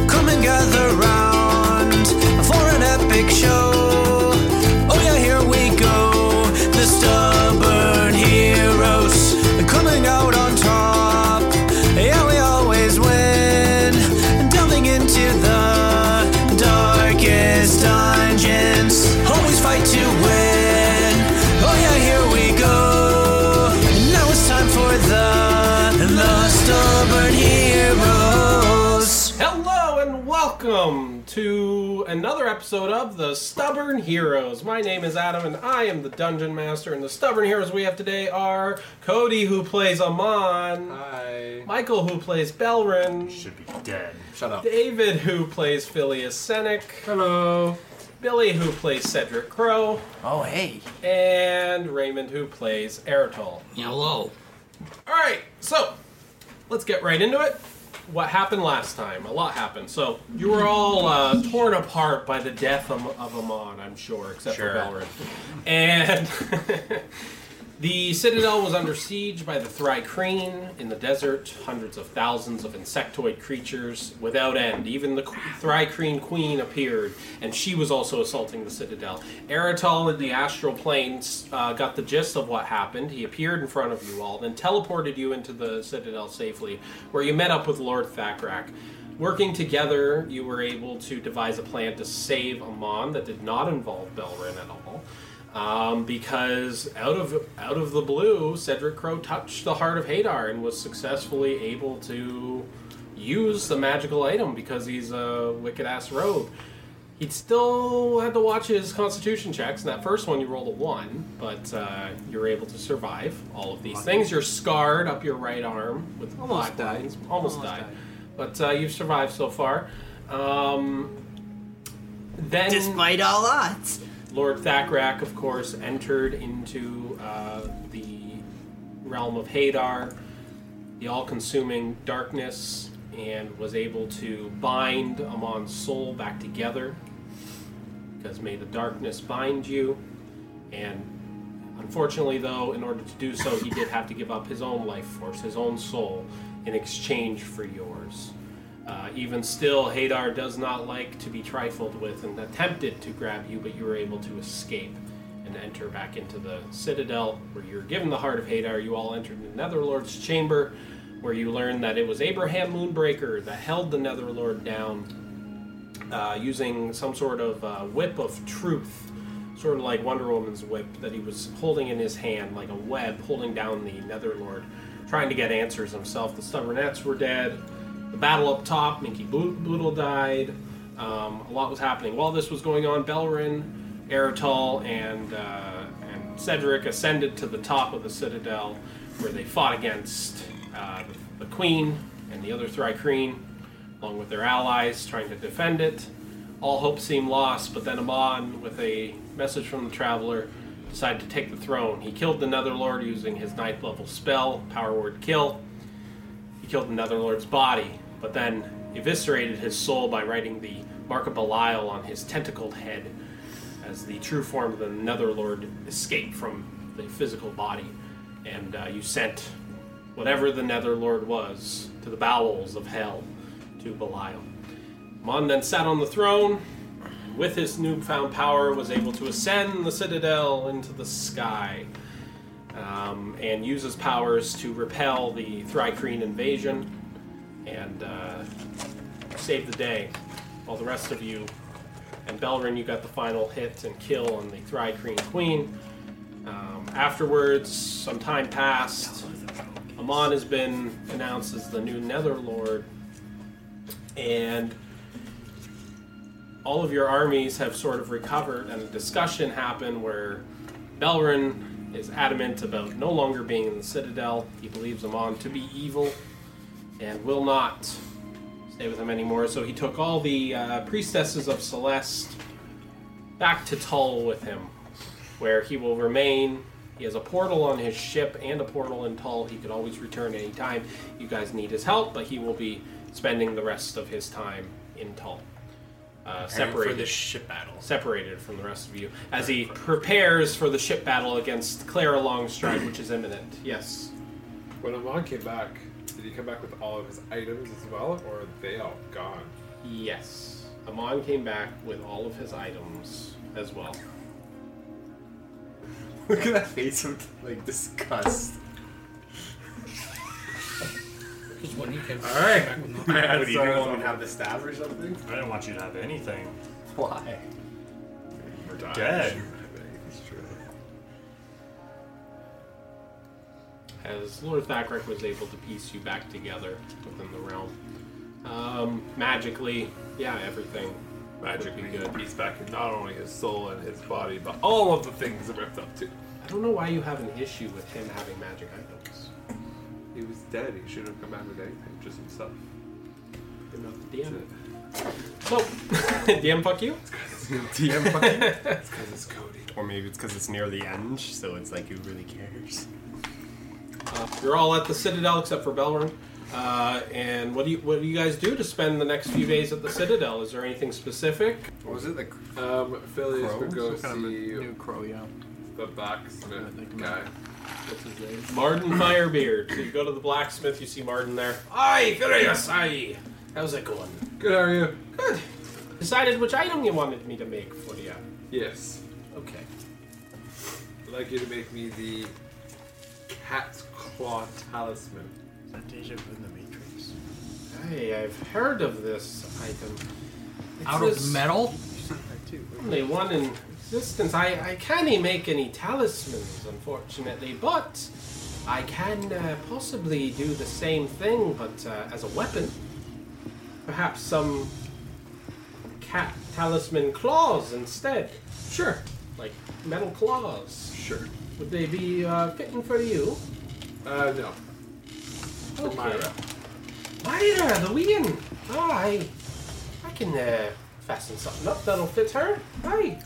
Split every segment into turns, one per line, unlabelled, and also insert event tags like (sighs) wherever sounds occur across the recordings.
Oh, Oh,
welcome to another episode of The Stubborn Heroes. My name is Adam, and I am the Dungeon Master. And the Stubborn Heroes we have today are Cody, who plays Amon,
Hi.
Michael, who plays Belrin,
should be dead.
Shut up.
David, who plays Phileas Senec,
Hello.
Billy, who plays Cedric Crow,
Oh, hey.
and Raymond, who plays Eritol.
Hello.
All right, so let's get right into it. What happened last time? A lot happened. So you were all uh, torn apart by the death of, of Amon, I'm sure, except
Sure.
for Belrin. And the citadel was under siege by the Thrycreen in the desert. Hundreds of thousands of insectoid creatures without end. Even the qu- Thrycreen queen appeared, and she was also assaulting the citadel. Eritol in the astral planes uh, got the gist of what happened. He appeared in front of you all, then teleported you into the citadel safely, where you met up with Lord Thackrack. Working together, you were able to devise a plan to save Amon that did not involve Belrin at all um, because out of out of the blue, Cedric Crow touched the heart of Hadar and was successfully able to use the magical item because he's a wicked ass rogue. He still had to watch his constitution checks, and that first one you rolled a one, but uh, you were able to survive all of these things. You're scarred up your right arm with
Almost
black
died.
lines. Almost,
Almost
died.
died.
but uh, you've survived so far. Um, then
Despite all odds.
Lord Thackrack, of course, entered into uh, the realm of Hadar, the all consuming darkness, and was able to bind Amon's soul back together. Because may the darkness bind you. And unfortunately, though, in order to do so, he did have to give up his own life force, his own soul, in exchange for yours. Uh, even still, Hadar does not like to be trifled with and attempted to grab you, but you were able to escape and enter back into the Citadel, where you were given the Heart of Hadar. You all entered the Netherlord's chamber, where you learned that it was Abraham Moonbreaker that held the Netherlord down uh, using some sort of uh, whip of truth, sort of like Wonder Woman's whip that he was holding in his hand, like a web holding down the Netherlord, trying to get answers himself. The Stubbornettes were dead the battle up top, Minky Blo- Boodle died. Um, a lot was happening. While this was going on, Belrin, Eritol, and, uh, and Cedric ascended to the top of the citadel where they fought against uh, the, the Queen and the other Thrycreen, along with their allies, trying to defend it. All hope seemed lost, but then Amon, with a message from the Traveler, decided to take the throne. He killed the Netherlord using his ninth level spell, Power Word Kill he killed another lord's body, but then eviscerated his soul by writing the mark of Belial on his tentacled head as the true form of the Netherlord escaped from the physical body. And uh, you sent whatever the Netherlord was to the bowels of hell to Belial. Mon then sat on the throne, and with his newfound power, was able to ascend the citadel into the sky um, and uses powers to repel the Thrycreen invasion and uh, save the day. While the rest of you and Belrin, you got the final hit and kill on the Thrycreen Queen. Um, afterwards, some time passed. Amon has been announced as the new Netherlord, and all of your armies have sort of recovered, and a discussion happened where Belrin is adamant about no longer being in the Citadel. He believes Amon to be evil and will not stay with him anymore. So he took all the uh, priestesses of Celeste back to Tull with him, where he will remain. He has a portal on his ship and a portal in Tull. He could always return anytime you guys need his help, but he will be spending the rest of his time in Tull. Uh, separated
for the ship battle.
separated from the rest of you as he prepares for the ship battle against Clara Longstride, which is imminent. Yes.
When Amon came back, did he come back with all of his items as well, or are they all gone?
Yes. Amon came back with all of his items as well.
(laughs) Look at that face of like disgust.
Because when he came
All right.
back with no-
What do you
So,
think? Want me to have the staff or something?
I don't want you to have anything.
(laughs) Why?
We're dying.
Dead.
It's true.
As Lord Thackrack was able to piece you back together within the realm. Um, magically, yeah, everything.
Magically,
Would be good.
he's back in not only his soul and his body, but all of the things that ripped up too.
I don't know why you have an issue with him having magic items.
He was dead. He shouldn't have come back with anything, just himself.
You're not the DM. So, (laughs) DM, fuck you.
DM (laughs) fucking. it's because it's Cody. Or maybe it's because it's near the end, so it's like, who really cares?
Uh, you're all at the Citadel except for Belrun. Uh, and what do you what do you guys do to spend the next few days at the Citadel? Is there anything specific?
What was it? The
Um, Phillies
Crow?
would go
Some kind of a
see
new
crow, yeah. The
I
blacksmith
think
guy.
What's his name? Martin Firebeard. So you go to the blacksmith, you see Martin there. Aye, furious, aye. How's it going?
Good, how are you?
Good. Decided which item you wanted me to make for you.
Yes.
Okay.
I'd like you to make me the cat's claw talisman.
Is that deja vu in the Matrix?
Hey, I've heard of this item. It
Out of
says
metal?
Only one in existence. I, I can't make any talismans, unfortunately, but I can uh, possibly do the same thing, but uh, as a weapon. Perhaps some cat talisman claws instead. Sure. Like metal claws.
Sure.
Would they be uh, fitting for you?
Uh, no. For Myra.
Myra, the Wien. Oh, I, I can uh, fasten something up that'll fit her. Aye.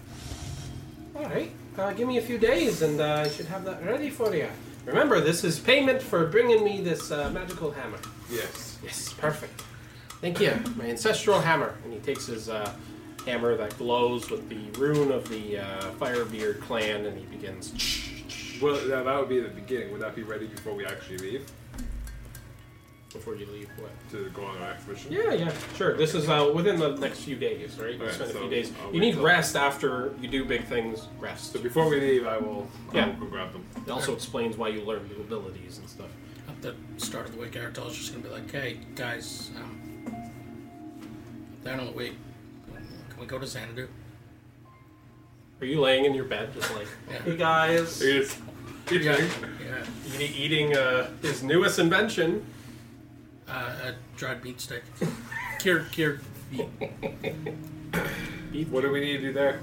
All right. Uh, give me a few days, and uh, I should have that ready for you. Remember, this is payment for bringing me this uh, magical hammer.
Yes.
Yes, perfect. Thank you. My ancestral hammer. And he takes his uh, hammer that glows with the rune of the uh, Firebeard clan, and he begins. (laughs)
Well, now that would be the beginning. Would that be ready before we actually leave
Before you leave, what?
to go on our expedition?
Yeah, yeah, sure. This is uh, within the next few days, right? You
Okay,
spend a
so
few days.
I'll
You
wait
need
till-
rest after you do big things. Rest.
So before we leave, I will. I
Yeah.
will go grab them.
It also explains why you learn new abilities and stuff.
At the start of the week, Artel's just gonna be like, hey, guys, um, down on the week, can we go to Xanadu?
Are you laying in your bed just (laughs) like,
Yeah.
hey guys?
It is.
Yeah.
Eating, eating uh, his newest invention.
Uh, a dried beet steak. cured, cured beet.
What do we need to do there?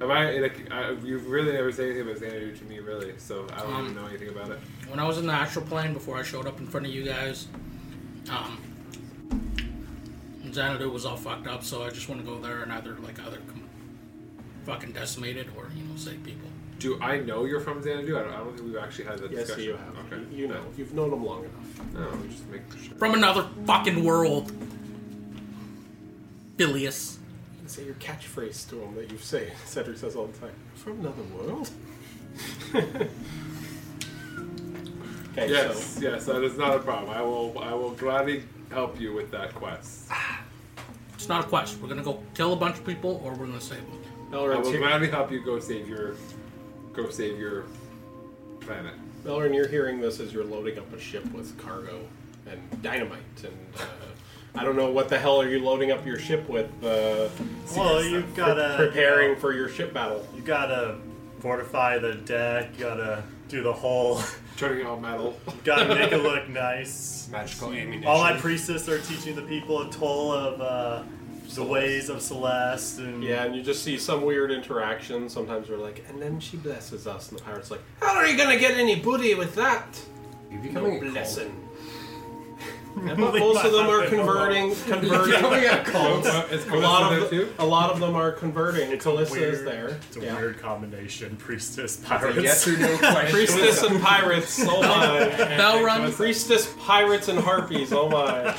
Am I like I, you really never say anything about Xanadu to me, really? So I don't
Um,
even know anything about it.
when I was in the astral plane before I showed up in front of you guys, um, Xanadu was all fucked up, so I just want to go there and either like either com- fucking decimate it or you know save people.
Do I know you're from Xanadu? I don't, I don't think we've actually had that
Yes,
discussion.
you have.
Okay.
You know, you've known him long enough.
No, I'm just making sure.
From another fucking world, Phileas.
You can say your catchphrase to him that you say. Cedric says all the time. From another world. (laughs) okay,
Yes,
so
yes, that is not a problem. I will, I will gladly help you with that quest.
Ah,
It's not a quest. We're gonna go kill a bunch of people or we're gonna save them.
I
Belrun's
will
here.
gladly help you go save your, go save your planet.
Melrin, you're hearing this as you're loading up a ship with cargo and dynamite, and uh, I don't know what the hell are you loading up your ship with. Uh,
Well, you've got to uh,
preparing for your ship battle.
You gotta fortify the deck. You gotta do the whole.
Turning all metal.
You gotta make it look nice.
Magical ammunition.
All my priestess are teaching the people a toll of uh, the ways of Celeste, and
Yeah, and you just see some weird interaction. Sometimes we're like, and then she blesses us, and the pirate's like, how are you gonna get any booty with that?
You're
No
becoming a cult. (laughs)
blessing. And but most of them are
(laughs)
converting,
You're
converting.
becoming a cult.
It's
(laughs) A lot of the- a lot of them are converting.
It's a
Calissa is
weird-
there.
It's a
Yeah.
weird combination, (laughs) priestess
It's a
pirates.
yes or
(laughs)
no question.
Priestess and pirates, oh
(laughs)
my.
Belrun,
Priestess, pirates, and harpies, oh my.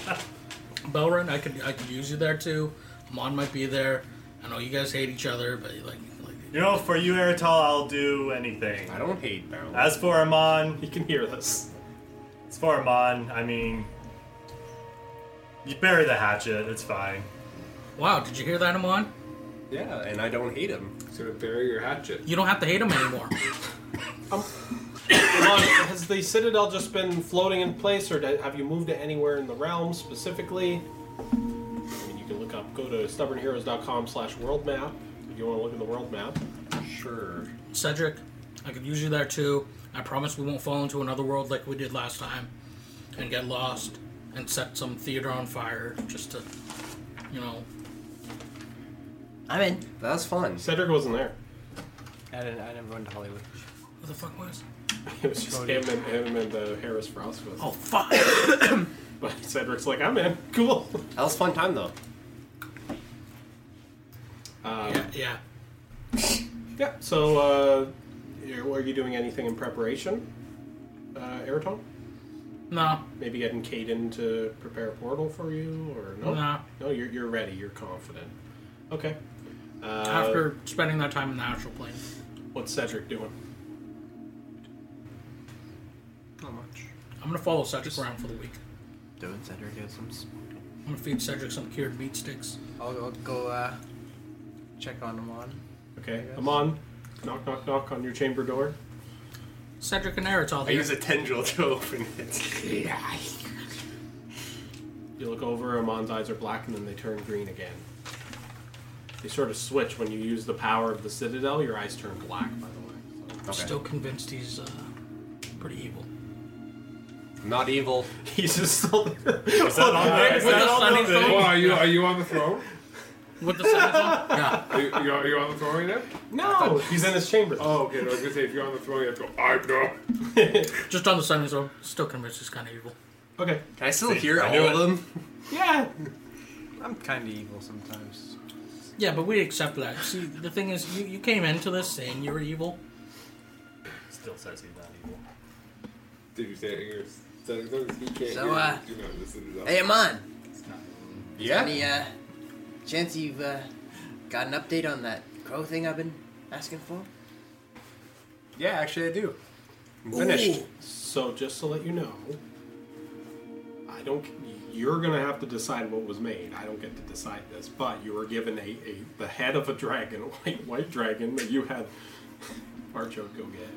Belrun, I could I could use you there too. Mon might be there. I know you guys hate each other, but like, like
you know, for you, Eritol, I'll do anything.
I don't hate barrel.
As for Amon,
You can hear this.
as for Amon, I mean, you bury the hatchet. It's fine.
wow, did you hear that, Amon?
Yeah, and I don't hate him.
Sort of bury your hatchet.
You don't have to hate him anymore.
Amon, has the Citadel just been floating in place, or do- have you moved to anywhere in the realm specifically? I mean, you can look up, go to stubbornheroes.com slash world map if you want to look at the world map.
Sure.
Cedric, I could use you there too. I promise we won't fall into another world like we did last time and get lost. and set some theater on fire just to, you know,
I'm in.
That was fun.
Cedric wasn't there.
I didn't. I never went to Hollywood.
what the fuck was?
It was just him and him and the Harris Frost was.
Oh
(coughs)
fuck.
But Cedric's like, I'm in. (laughs) Cool.
That was a fun time though.
Um,
Yeah, yeah.
Yeah. So, uh, are are you doing anything in preparation, uh, Eraton?
No,
Maybe getting Caden to prepare a portal for you, or no?
Nah.
No, you're, you're ready. You're confident. Okay. Uh,
after spending that time in the astral plane,
what's Cedric doing?
Not much.
I'm gonna follow Cedric around for the week.
Doing Cedricisms.
I'm gonna feed Cedric some cured meat sticks.
I'll, I'll go uh, check on him on.
Okay, Amon, knock, knock, knock on your chamber door.
Cedric and Eritol
I
here.
use a tendril to open it.
You look over, Amon's eyes are black, and then they turn green again. They sort of switch when you use the power of the Citadel. Your eyes turn black, by the way. So.
I'm still convinced he's uh, pretty evil.
Not evil.
He's just (laughs) still
Is that on there? Is
With
that
the
on
sunny
the thing?
Well, are you are you on the throne?
With the sun, yeah.
Are you, you are, you on the throne right now?
no. He's in his chamber.
Oh, okay. No, I was gonna say if you're on the throne, you have to go. I'm not.
Just on the sunny zone. Still convinced he's kind of evil.
Okay.
Can I still hear
I
all
knew
of them?
Yeah.
I'm kind of evil sometimes.
Yeah, but we accept that. See, the thing is, you, you came into this saying you were evil.
Still says he's not evil.
Did you say it in your settings? You can't
So,
hear.
uh,
Do not listen to that.
Hey, Amon.
Yeah.
Any uh, chance you've uh, got an update on that crow thing I've been asking for?
Yeah, actually I do. I'm finished.
So just to let you know, I don't. You're gonna have to decide what was made. I don't get to decide this, but you were given a, a the head of a dragon, (laughs) a white white dragon that you had. (laughs) Archo, go get.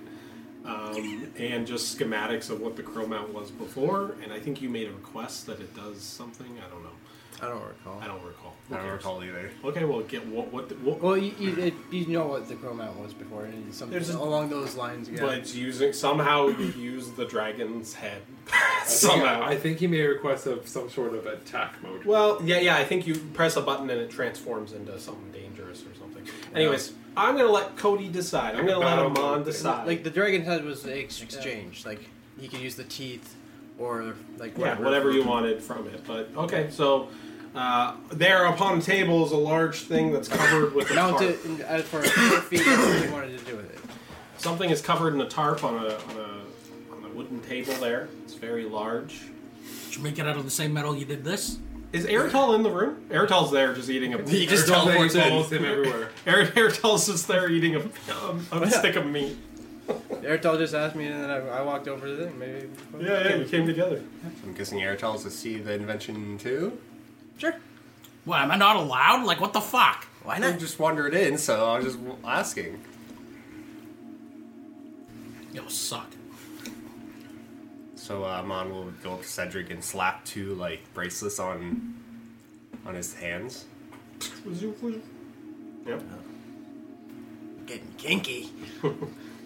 Um, and just schematics of what the crow mount was before, and I think you made a request that it does something. I don't know.
I don't recall.
I don't recall. Who
I don't
cares?
recall either.
Okay, well, get what what, what
Well, you, you, it, you know what the chromat was before, and it's something
There's a-
along those lines again.
But it's using somehow you use the dragon's head (laughs) somehow.
Yeah, I think he made a request of some sort of attack mode.
Well, yeah, yeah. I think you press a button and it transforms into something dangerous or something. Anyways, I'm gonna let Cody decide. I'm gonna let
Battle
Amon
mode.
decide.
like the dragon head was the ex- exchange. Like he could use the teeth, or like
yeah,
whatever.
whatever you wanted from it. But okay, so uh, there upon the table is a large thing that's covered with a tarp.
Mount it and, uh, for four feet. What he wanted to do with it.
Something is covered in a tarp on a on a, on a wooden table there. It's very large.
Did you make it out of the same metal you did this?
Is Airtel in the room? Airtel's there, just eating a.
He just
Tell that he
teleports in.
follows him everywhere. (laughs)
Airtel's just there eating a, um, a, a stick of meat.
Airtel just asked me, and then I, I walked over to them. Maybe.
Yeah, yeah, we came together.
I'm guessing Airtel's to see the invention too.
Sure.
What, am I not allowed? Like, what the fuck?
Why
I
not?
just wandered in, so I was just asking.
Yo, suck.
So uh, Mon will go up to Cedric and slap two like bracelets on on his hands.
Yep.
Getting kinky.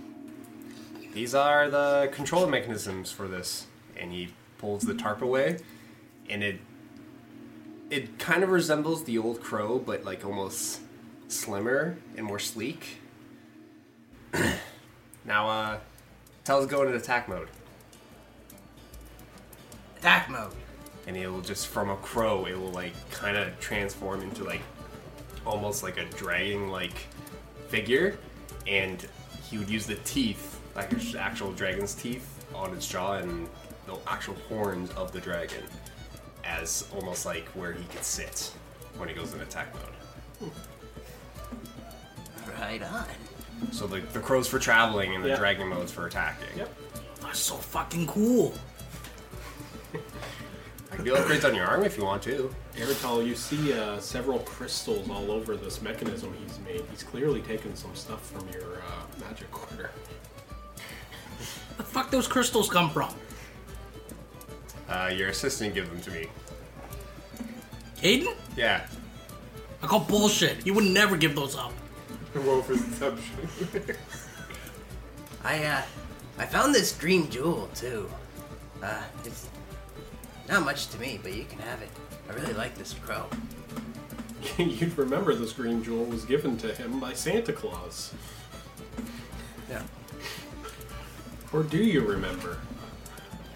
(laughs) These are the control mechanisms for this. And he pulls the tarp away, and it it kind of resembles the old crow, but like almost slimmer and more sleek. (clears throat) now, uh, Tel's going into attack mode,
Attack mode.
and it will just from a crow, it will like kind of transform into like almost like a dragon like figure, and he would use the teeth, like his actual dragon's teeth, on its jaw and the actual horns of the dragon as almost like where he can sit when he goes in attack mode.
Right on.
So the, the crow's for traveling and the
Yeah.
dragon mode's for attacking.
Yep.
That's so fucking cool.
I can do upgrades on your arm if you want to.
Airtel, you see uh, several crystals all over this mechanism he's made. He's clearly taken some stuff from your uh, magic quarter. (laughs)
The fuck those crystals come from?
Uh, your assistant give them to me.
Caden?
Yeah.
I call bullshit. You would never give those up.
Roll for deception.
I uh, I found this dream jewel too. Uh, it's Not much to me, but you can have it. I really like this crow.
You'd remember this green jewel was given to him by Santa Claus.
Yeah.
Or do you remember?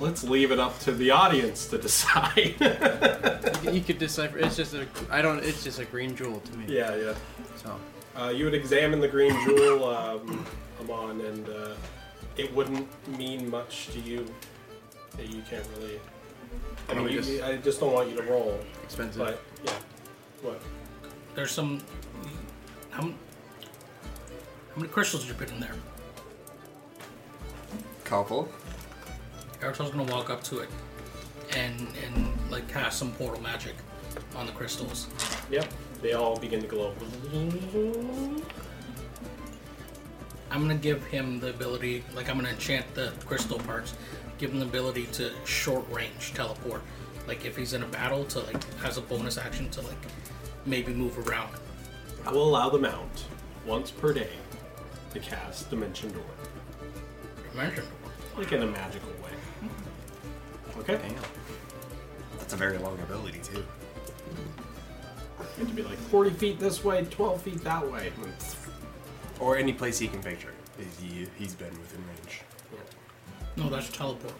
Let's leave it up to the audience to (laughs) decide. yeah,
You could decipher. It's just a. I don't. It's just a green jewel to me.
yeah.
So
Uh, you would examine the green jewel, um, Amon, and uh, it wouldn't mean much to you. Yeah, You can't really. I mean,
would
you,
just-
I just don't want you to roll,
expensive.
but yeah. What?
There's some. How, m- how many crystals did you put in there?
Couple.
Airtel's gonna walk up to it and and like cast some portal magic on the crystals.
Yep. They all begin to glow.
I'm gonna give him the ability, like I'm gonna enchant the crystal parts, give him the ability to short range teleport. Like if he's in a battle, to like has a bonus action to like maybe move around.
I will allow the mount once per day to cast Dimension Door,
Imagine.
like in a magical way. Okay.
Damn. That's a very long ability too.
You have to be like 40 feet this way, 12 feet that way. Hmm.
Or any place he can picture. Is He, he's been within range.
No, that's teleport.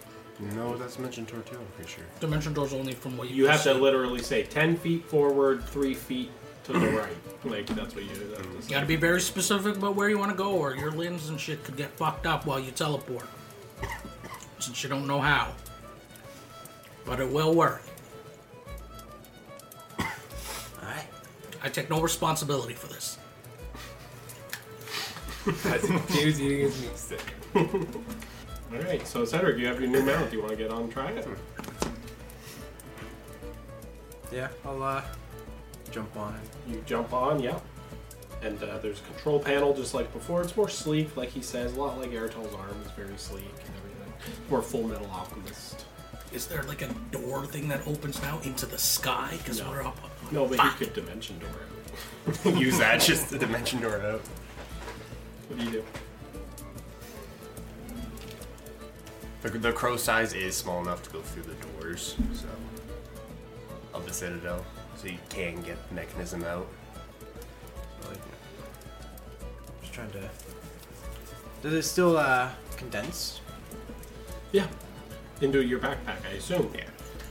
No, that's mentioned Tortilla, I'm pretty sure.
Dimension doors only from what you.
You
can
have to
see.
literally say 10 feet forward, 3 feet to the right. (clears throat) Like, that's what you do. That's
You gotta be very specific about where you want to go, or your limbs and shit could get fucked up while you teleport. Since you don't know how. But it will work.
Alright.
I take no responsibility for this.
Dude's eating his meat stick.
All right, so Cedric, you have your new mount. Do you want to get on and try it?
Yeah, I'll uh, jump on it.
You jump on, yeah. And uh, there's a control panel just like before. It's more sleek, like he says, a lot like Airtel's arm is very sleek and everything. More Full Metal Alchemist.
Is there like a door thing that opens now into the sky? Because
No.
we're up.
No, but
Fuck.
he could dimension door out.
(laughs) Use that just to dimension door out.
What do you do?
The, the crow size is small enough to go through the doors, so of the citadel, so you can get the mechanism out.
Like, just trying to. Does it still uh condense?
Yeah. Into your backpack, I assume.
Yeah.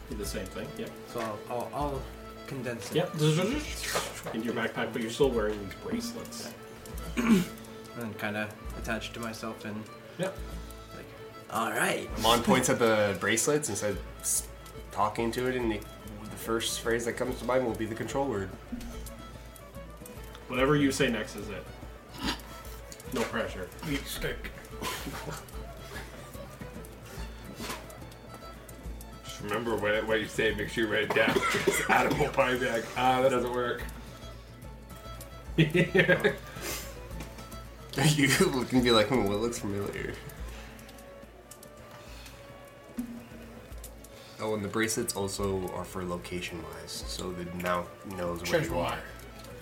Do the same thing. Yep.
So I'll I'll, I'll condense it.
Yep. Into your backpack, but you're still wearing these bracelets.
And then kind of attach it to myself and
Yep.
like
Alright.
Amon points at the bracelets and says, "S- talking to it, and the, the first phrase that comes to mind will be the control word. (laughs)
Whatever you say next is it. No pressure.
Meat stick.
Just remember what, what you say. Make sure you write it down. (laughs) 'cause Adam will probably be like, ah, that doesn't work.
you can be like, hmm, well, it looks familiar. Oh, and the bracelets also are for location wise, so the mount knows where
Treasure
you are.
wire.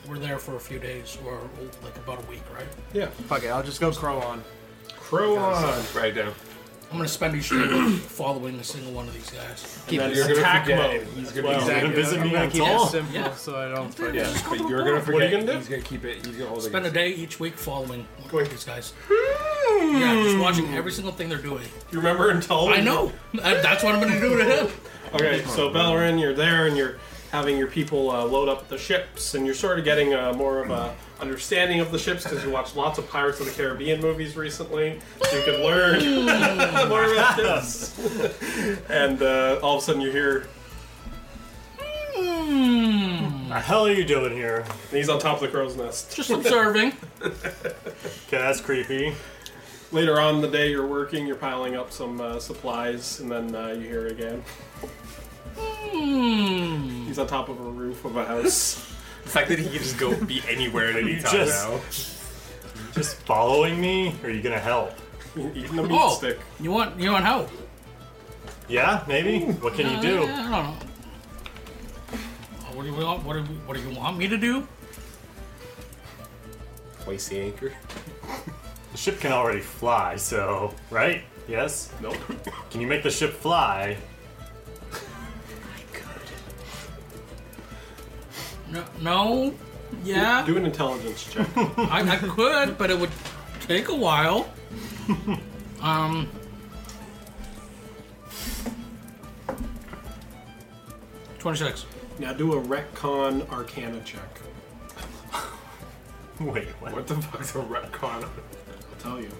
We're there for a few days, or like about a week, right?
Yeah.
fuck it. I'll just go crow on.
Crow on.
Write it down.
I'm gonna spend each day (coughs) following a single one of these guys.
And then
You're gonna
attack
forget
mode.
it.
as
You're
well.
gonna-
Exactly.
visit
I'm
me
gonna
at
keep
all?
it simple
Yeah.
so I don't. forget.
Yeah, but you're gonna forget.
What are you gonna do?
He's gonna keep it. He's gonna hold
Spend
it.
a day each week following one of these guys.
Hmm.
Yeah, just watching every single thing they're doing.
You remember in Tulsa?
I know. That- That's what I'm gonna do to him.
Okay, so Bellerin, you're there and you're having your people uh, load up the ships, and you're sort of getting uh, more of a understanding of the ships because you watched lots of Pirates of the Caribbean movies recently, so you could learn (laughs) more about ships. (laughs) and uh, all of a sudden, you hear
The hell are you doing here?
and he's on top of the crow's nest.
Hmm. Just observing.
Okay, that's creepy.
Later on in the day, you're working, you're piling up some uh, supplies, and then uh, you hear again.
Hmm.
He's on top of a roof of a house.
(laughs)
The fact (laughs) that he can just go be anywhere at any
You
time
just-
now.
Just following me? Or are you gonna help?
Eating a meat
Oh,
stick.
you want you want help?
Yeah, maybe. What
Oh,
can you
Uh,
do?
I don't know. Oh, What do you want? What do, you- what do you want me to do?
Hoist the anchor.
The ship can already fly, so right? Yes.
Nope.
Can you make the ship fly?
No, no yeah,
(laughs) Do an intelligence
(laughs)
check.
I, I could, but it would take
(laughs)
a while. Um, twenty-six.
now do a retcon arcana check.
(laughs) Wait, what?
What the fuck's a retcon?
I'll tell you.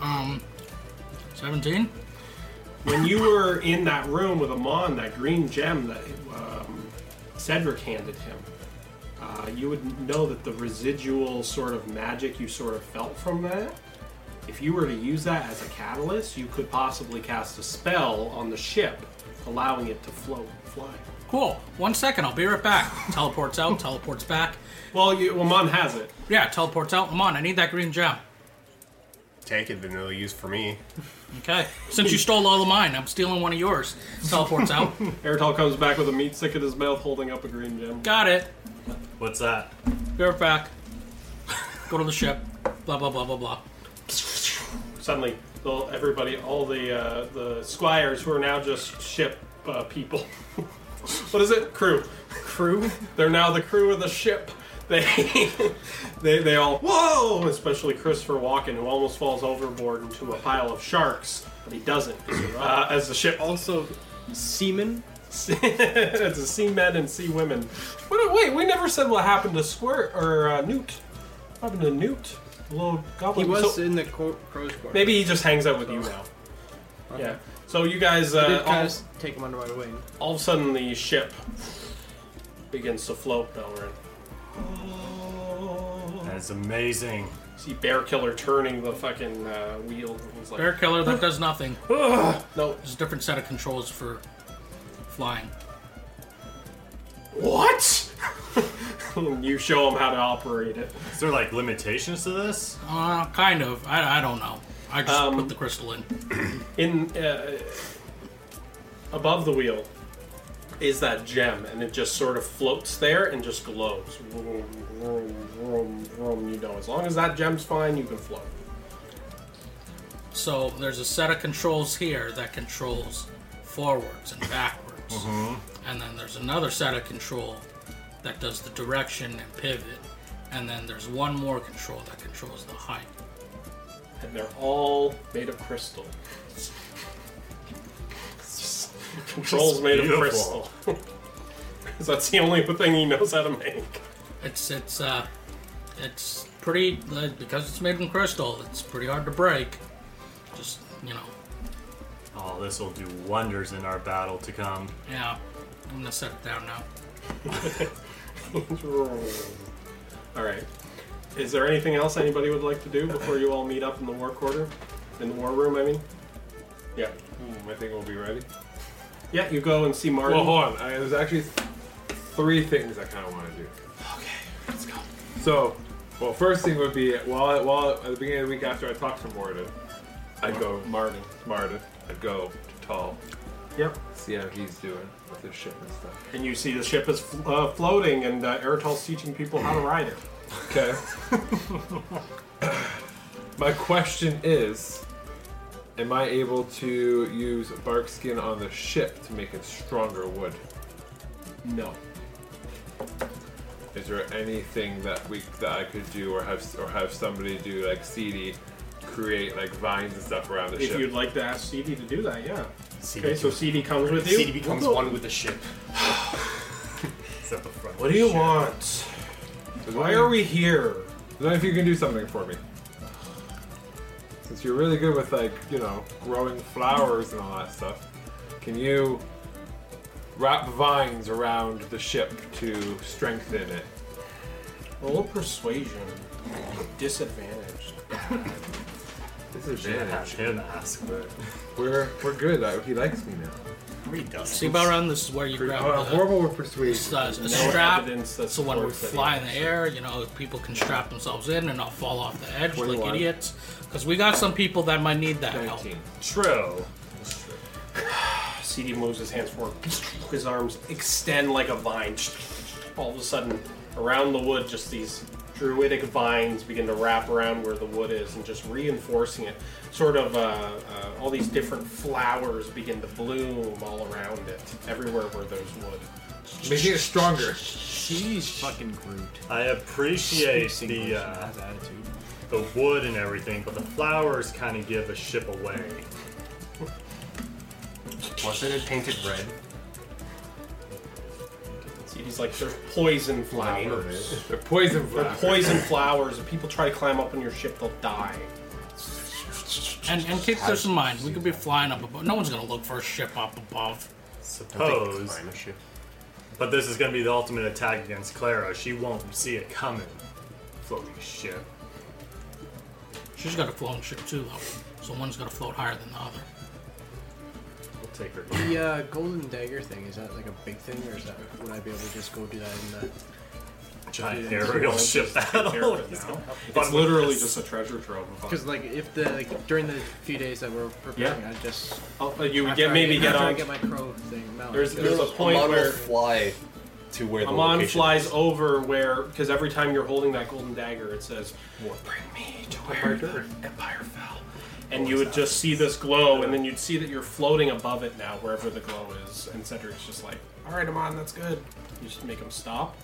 Um, seventeen.
When you were in that room with Amon, that green gem that um, Cedric handed him, uh, you would know that the residual sort of magic you sort of felt from that, if you were to use that as a catalyst, you could possibly cast a spell on the ship, allowing it to float, fly.
Cool. One second, I'll be right back. Teleports out. Teleports back.
Well, you, Amon has it.
Yeah, teleports out. Come on, I need that green gem.
Take it, vanilla use for me.
Okay. Since you stole all of mine, I'm stealing one of yours. Teleports out.
Airtel comes back with a meat stick in his mouth, holding up a green gem.
Got it.
What's that?
Be right back. Go to the ship. Blah blah blah blah blah.
Suddenly, well, everybody, all the uh, the squires who are now just ship uh, people. (laughs) what is it? Crew. Crew. They're now the crew of the ship. They, (laughs) they, they all whoa! Especially Christopher Walken, who almost falls overboard into a pile of sharks, but he doesn't. Uh, as the ship
Also, semen.
it's a sea men and sea women. What, wait, we never said what happened to Squirt or uh, Newt. What happened to Newt? The little
He
goblin.
was
So
in Oh. the cor- crow's court.
maybe he just hangs out with you now. Yeah. So you guys, uh, all,
kind of take him under my wing.
all of a sudden the ship begins to float. Now we're in.
That is amazing.
See Bear Killer turning the fucking uh, wheel. He's like,
Bear killer that does nothing.
no,
There's a different set of controls for flying.
what? (laughs) you show him how to operate it.
Is there like limitations to this?
Uh, kind of. I, I don't know. I just
Um,
put the crystal in.
in uh, above the wheel is that gem and it just sort of floats there and just glows vroom, vroom, vroom, vroom. you know as long as that gem's fine you can float
So there's a set of controls here that controls forwards and backwards. And then there's another set of control that does the direction and pivot. And then there's one more control that controls the height.
and they're all made of crystal controls made of crystal (laughs)
beautiful.
'Cause that's the only thing he knows how to make
It's it's uh it's pretty like, because it's made from crystal, it's pretty hard to break. Just you know,
Oh, this will do wonders in our battle to come.
yeah. I'm gonna set it down now.
all right is there anything else anybody would like to do before you all meet up in the war quarter in the war room i mean yeah
I think we'll be ready.
Yeah, you go and see Martin.
Well, hold on. I, there's actually th- three things I kind of want to do.
Okay, let's go.
So, well, first thing would be while while at the beginning of the week after I talked to Morden, I'd go
Martin.
Marden. I'd go to Tall,
Yep.
see how he's doing with his ship and stuff.
And you see the ship is fl- uh, floating, and uh, Eritol's teaching people how to ride it.
Okay. (laughs) My question is, am I able to use bark skin on the ship to make it stronger wood?
No.
Is there anything that we that I could do, or have or have somebody do like CD, create like vines and stuff around the
If
ship?
you'd like to ask CD to do that, yeah.
CD,
Okay, so CD comes with you.
CD becomes
We'll go-
one with the
(sighs)
ship.
It's at the front.
What do you want? Why are we here?
I don't know if you can do something for me. Since you're really good with like you know growing flowers and all that stuff, can you wrap vines around the ship to strengthen it?
Roll persuasion. Disadvantaged.
This
Have him ask. But...
We're we're good. I, he likes me now.
See about around this is where you grab
Oh, I'm
the,
horrible with persuasion.
uh, a strap. So when we fly in the air, you know, people can strap themselves in and not fall off the edge like
21.
idiots. Because we got some people that might need that help.
19.
True.
(sighs) CD moves his hands forward. His arms extend like a vine. All of a sudden, around the wood, just these druidic vines begin to wrap around where the wood is and just reinforcing it. Sort of uh, uh, all these different flowers begin to bloom all around it, everywhere where there's wood.
Making it stronger.
She's fucking Groot.
I appreciate
Singlish
the uh,
has attitude.
the wood and everything, but the flowers kind of give a ship away.
Wasn't it painted red?
See these like sort of poison
I mean,
flowers.
They're poison
They're
flowers.
poison flowers. If people try to climb up on your ship, they'll die.
And, and keep this in mind, we could be flying up above. No one's gonna look for a ship up above.
don't think
Suppose,
climb a ship.
but this is going to be the ultimate attack against Clara. She won't see it coming. Floating ship.
She's got a floating ship too, though, so one's gonna float higher than the other.
We'll take her.
The uh, golden dagger thing is that like a big thing, or is that would I be able to just go do that in the?
Giant
Yeah,
aerial
it's
ship
Here
battle.
it is
(laughs)
now.
Fun
It's literally
with this.
just a treasure trove. of
Because like if the like during the few days that we're preparing, I just
Oh, you would
after
get
I
maybe get
after I
on.
get my crow thing. Mounted,
There's there's a point
Amon
where
will fly to where the
Amon
location
flies
is.
over where because every time you're holding that golden dagger, it says, "Bring me to where the empire fell," and you would just see this glow, and then you'd see that you're floating above it now, wherever the glow is. And Cedric's just like, "All right, Amon, that's good." You just make him stop.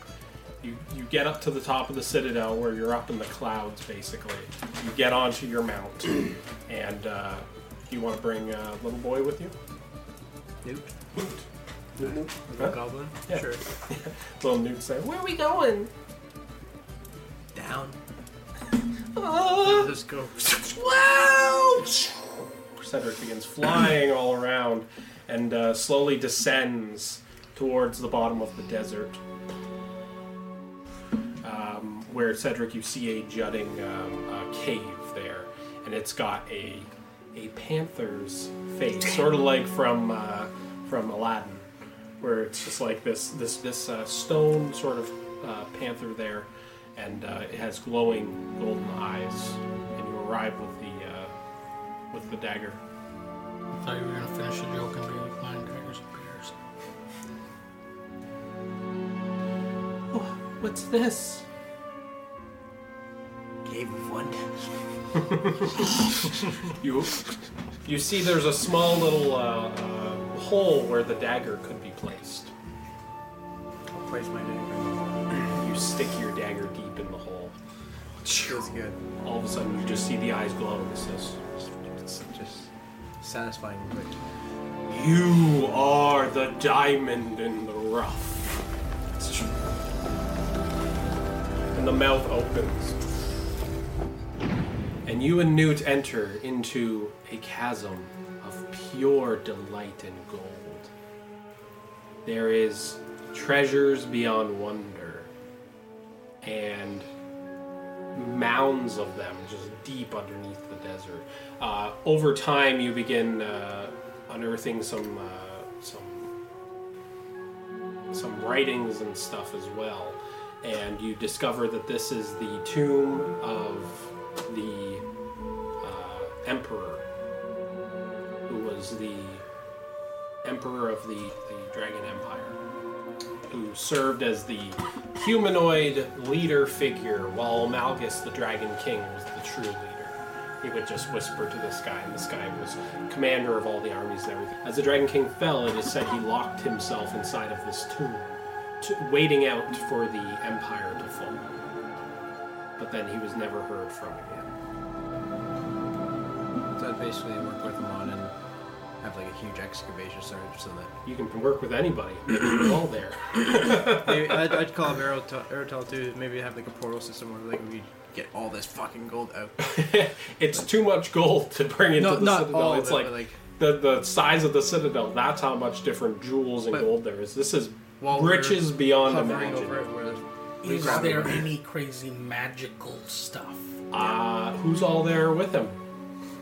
You you get up to the top of the citadel where you're up in the clouds, basically. You get onto your mount, and uh, you want to bring uh, little boy with you.
Newt,
Huh?
goblin.
Yeah.
Sure.
Little Newt say, "Where are we going?"
Down.
Ah!
Let's go.
Cedric begins flying all around and uh, slowly descends towards the bottom of the desert. Um, where Cedric, you see a jutting um, uh, cave there, and it's got a a panther's face, sort of like from uh, from Aladdin, where it's just like this this this uh, stone sort of uh, panther there, and uh, it has glowing golden eyes. And you arrive with the uh, with the dagger.
I thought you were gonna finish the joke and be like, mine daggers and bears.
What's this?
Cave of Wonders.
(laughs) You, you see, there's a small little uh, uh, hole where the dagger could be placed.
I'll place my dagger.
You stick your dagger deep in the hole.
Feels good.
All of a sudden, you just see the eyes glow, and it says,
It's just satisfying. and Quick.
"You are the diamond in the rough." And the mouth opens, and you and Newt enter into a chasm of pure delight and gold. There is treasures beyond wonder and mounds of them just deep underneath the desert. Uh, over time, you begin uh, unearthing some uh, some some writings and stuff as well, and you discover that this is the tomb of the uh, emperor, who was the emperor of the, the Dragon Empire who served as the humanoid leader figure, while Malgus, the Dragon King, was the true leader. He would just whisper to the sky, and the sky was commander of all the armies and everything. As the Dragon King fell, it is said he locked himself inside of this tomb, t- waiting out for the Empire to fall. But then he was never heard from again.
So I'd basically work with Mon and have like a huge excavation started so that
You can work with anybody. You're all there. (laughs)
maybe I'd, I'd call up Aerotel, Aerotel too. Maybe have like a portal system where like we get all this fucking gold out.
it's too much gold to bring into
No,
the
not
citadel.
all of
it's
it,
like,
but, like-
the the size of the citadel. That's how much different jewels and
But-
gold there is. This is
While we're
riches beyond
Hovering
imagining.
over it, where we
Is
grab it.
there any crazy magical stuff?
Uh, who's all there with him?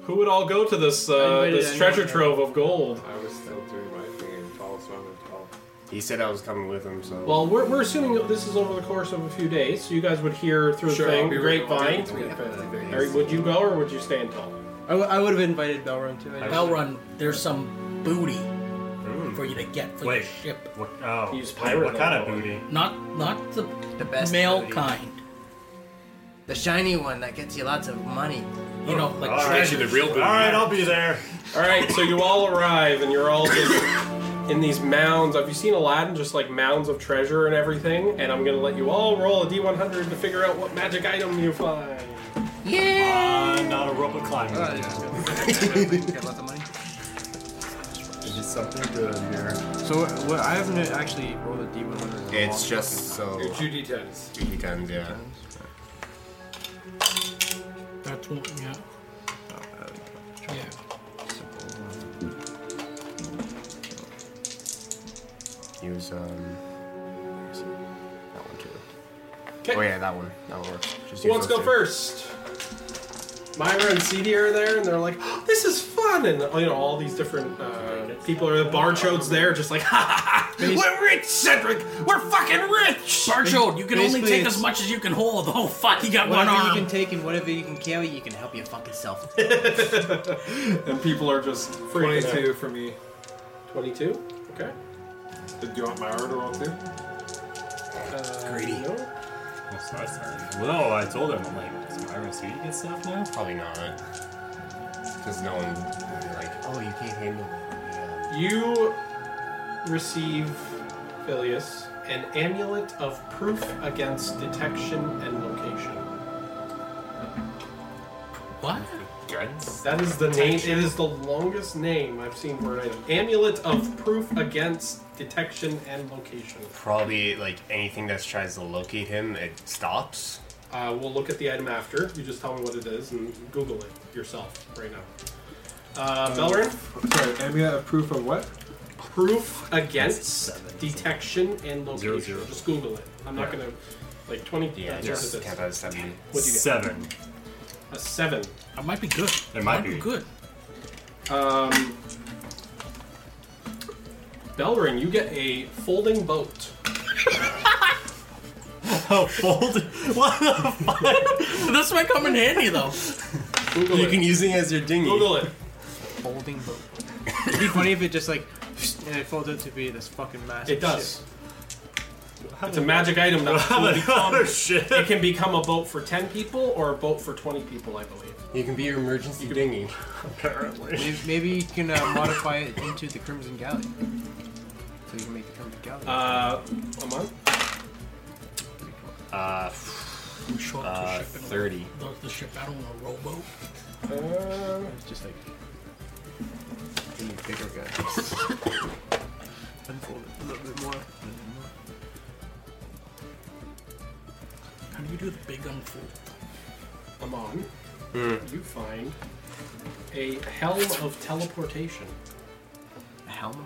Who would all go to this uh,
invited
this
anyone
treasure
there.
trove of gold?
I was still doing my thing and Paul swam and Paul.
He said I was coming with him, so.
Well, we're, we're assuming that this is over the course of a few days, so you guys would hear through
Sure,
the
I'll
thing,
be right
grapevine.
along.
Harry, would you go or would you stay in tall?
I, w- I would have invited Belron too. I just-
Belrun, there's some booty for you to get for
Wait.
your ship.
What, oh,
Use
wait,
pirate
what kind of
oil.
booty?
Not not the,
The best
male
booty.
kind.
the shiny one that gets you lots of money.
You know, like
All
treasure.
right.
Actually, the real booty.
All right, I'll be there.
All right, so you all arrive and you're all just in these mounds. Have you seen Aladdin? Just like mounds of treasure and everything. And I'm gonna let you all roll a d100 to figure out what magic item you find.
I'm Uh, not a rope climber.
Oh,
(laughs)
Get lots of money.
Is it something good here?
So what, I haven't actually rolled a d100. in a
It's
long
just so.
Your two d10s.
Two d10s, yeah.
time.
That's what, yeah.
Oh, uh,
Yeah.
simple one.
Use, um. use That one too.
'Kay.
Oh, yeah, that one. That one works. Just
Who
use
wants to go
those two.
first? Myra and CD are there, and they're like, "Oh, "This is fun!" And you know, all these different uh, people are the Barchode's there, just like, (laughs) "Ha ha ha! We're rich, Cedric. We're fucking rich."
Barchode, you can only
Basically,
take
it's-
as much as you can hold. Oh fuck, you got one
Whatever you
arm.
can take and whatever you can carry, you can help your fucking self.
and people are just freaking out.
22 for me.
Twenty-two. Okay.
Do you want my order roll too?
Greedy.
No, I told him. I'm like, is Myra sweet get stuff now?
Probably not. Because no one would be like, oh, you can't handle it. Yeah.
You receive, Phileas, an amulet of proof against detection and location.
What?
Guns?
That is the name. It is the longest name I've seen for an item. Amulet of proof against detection and location.
Probably, like, anything that tries to locate him, it stops.
Uh, we'll look at the item after. You just tell me what it is and Google it yourself right now. Uh, Belrin,
Sorry, amulet of proof of what?
proof against detection and location.
Zero, zero.
Just Google it. I'm not gonna like twenty.
Yeah,
uh,
just
what is
count
this?
out of 70.
What'd you get?
Seven.
A seven.
I might be good.
It might be.
good.
Um, Belrin, you get a folding boat.
Oh, fold. What the fuck?
this might come in handy though.
Google
You
it.
can use it as your dinghy.
Google it.
(laughs) folding boat. It'd be funny if it just like and it folds out to be this fucking massive.
It does. It's a magic item that will
(laughs) Another
become,
Oh, shit.
it can become a boat for ten people or a boat for twenty people, I believe.
You can be your emergency dinghy.
Apparently.
Shit. May- Maybe you can uh, modify it into the Crimson Galley, so you can make the Crimson Galley.
Uh, a month.
Uh,
From shore
Uh,
to ship. in a-
30.
The, the ship out on a rowboat.
Uh,
It's just like the bigger guy. Unfold it a little bit more. a little bit more.
How do you do the big unfold?
Amon, you find a helm of teleportation.
A helm.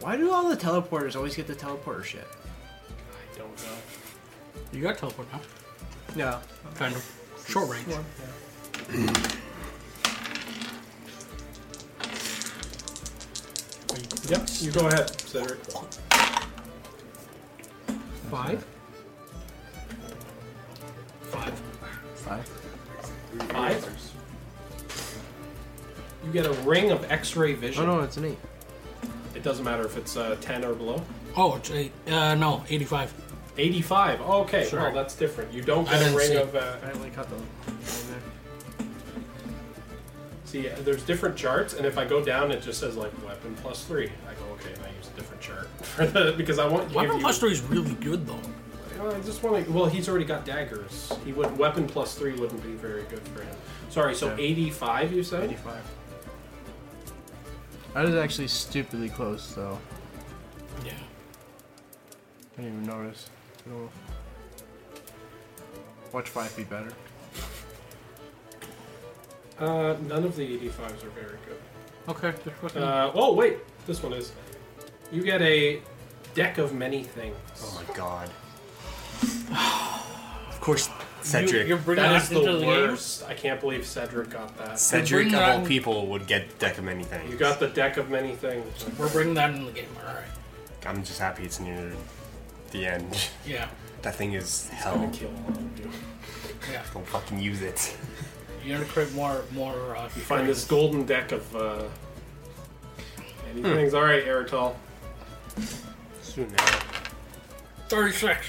Why do all the teleporters always get the teleporter shit?
I don't know.
You got teleport now.
No.
Kind of. Short range.
Yep, you go ahead, Cedric. Five.
Five.
Five.
Five. You get a ring of X-ray
No,
vision.
Oh, no, it's an eight.
It doesn't matter if it's uh, ten or below.
Oh, it's eight. Uh, no, 85.
85. Oh, okay.
Sure.
Well, that's different. You don't
I
get a
didn't
ring
see.
of. Uh,
I only caught the one there.
see, uh, there's different charts, and if I go down, it just says like weapon plus three. I go okay, and I use a different chart (laughs) for the because I want to give
Weapon
you.
plus three is really good though.
Well, I just want to. Well, he's already got daggers. He would weapon plus three wouldn't be very good for him. Sorry. So
Yeah.
85, you said.
85. That is actually stupidly close, though.
Yeah.
I didn't even notice. No. Watch five feet better.
Uh, none of the 85s are very good.
Okay.
Uh, oh wait, this one is. You get a deck of many things.
oh my
(sighs)
god. of course, Cedric.
You, are bringing
That
that
is
into the,
the
game?
worst. I can't believe Cedric got that.
Cedric
Bring
of
that-
all people would get deck of many
You
things.
got the deck of many things.
We're bringing that into the game. All right.
I'm just happy it's near the end. (laughs)
Yeah.
That thing is
gonna
hell.
kill all of you.
Yeah.
Don't fucking use it.
You're gonna create more, more. Uh,
You find this golden deck of uh, many things. All right, Eritol.
Soon now.
thirty-six.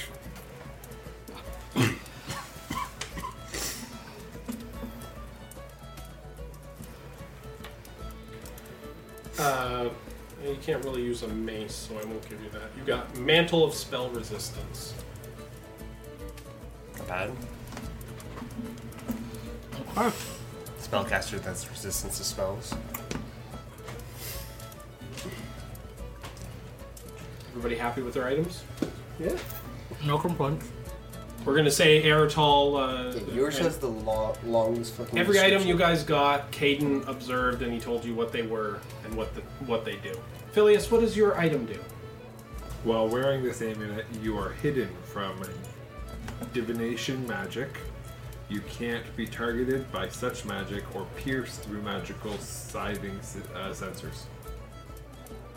Uh, you can't really use a mace, so I won't give you that. You got Mantle of Spell Resistance.
Not bad. Spellcaster that's resistance to spells.
Everybody happy with their items?
No complaints.
We're gonna say Aerotol. Uh,
Yours
and-
has the lo- longest fucking.
Every item
description.
you guys got, Caden observed and he told you what they were and what the, what they do. Phileas, what does your item do?
While wearing this amulet, you are hidden from divination magic. You can't be targeted by such magic or pierced through magical scything s- uh, sensors.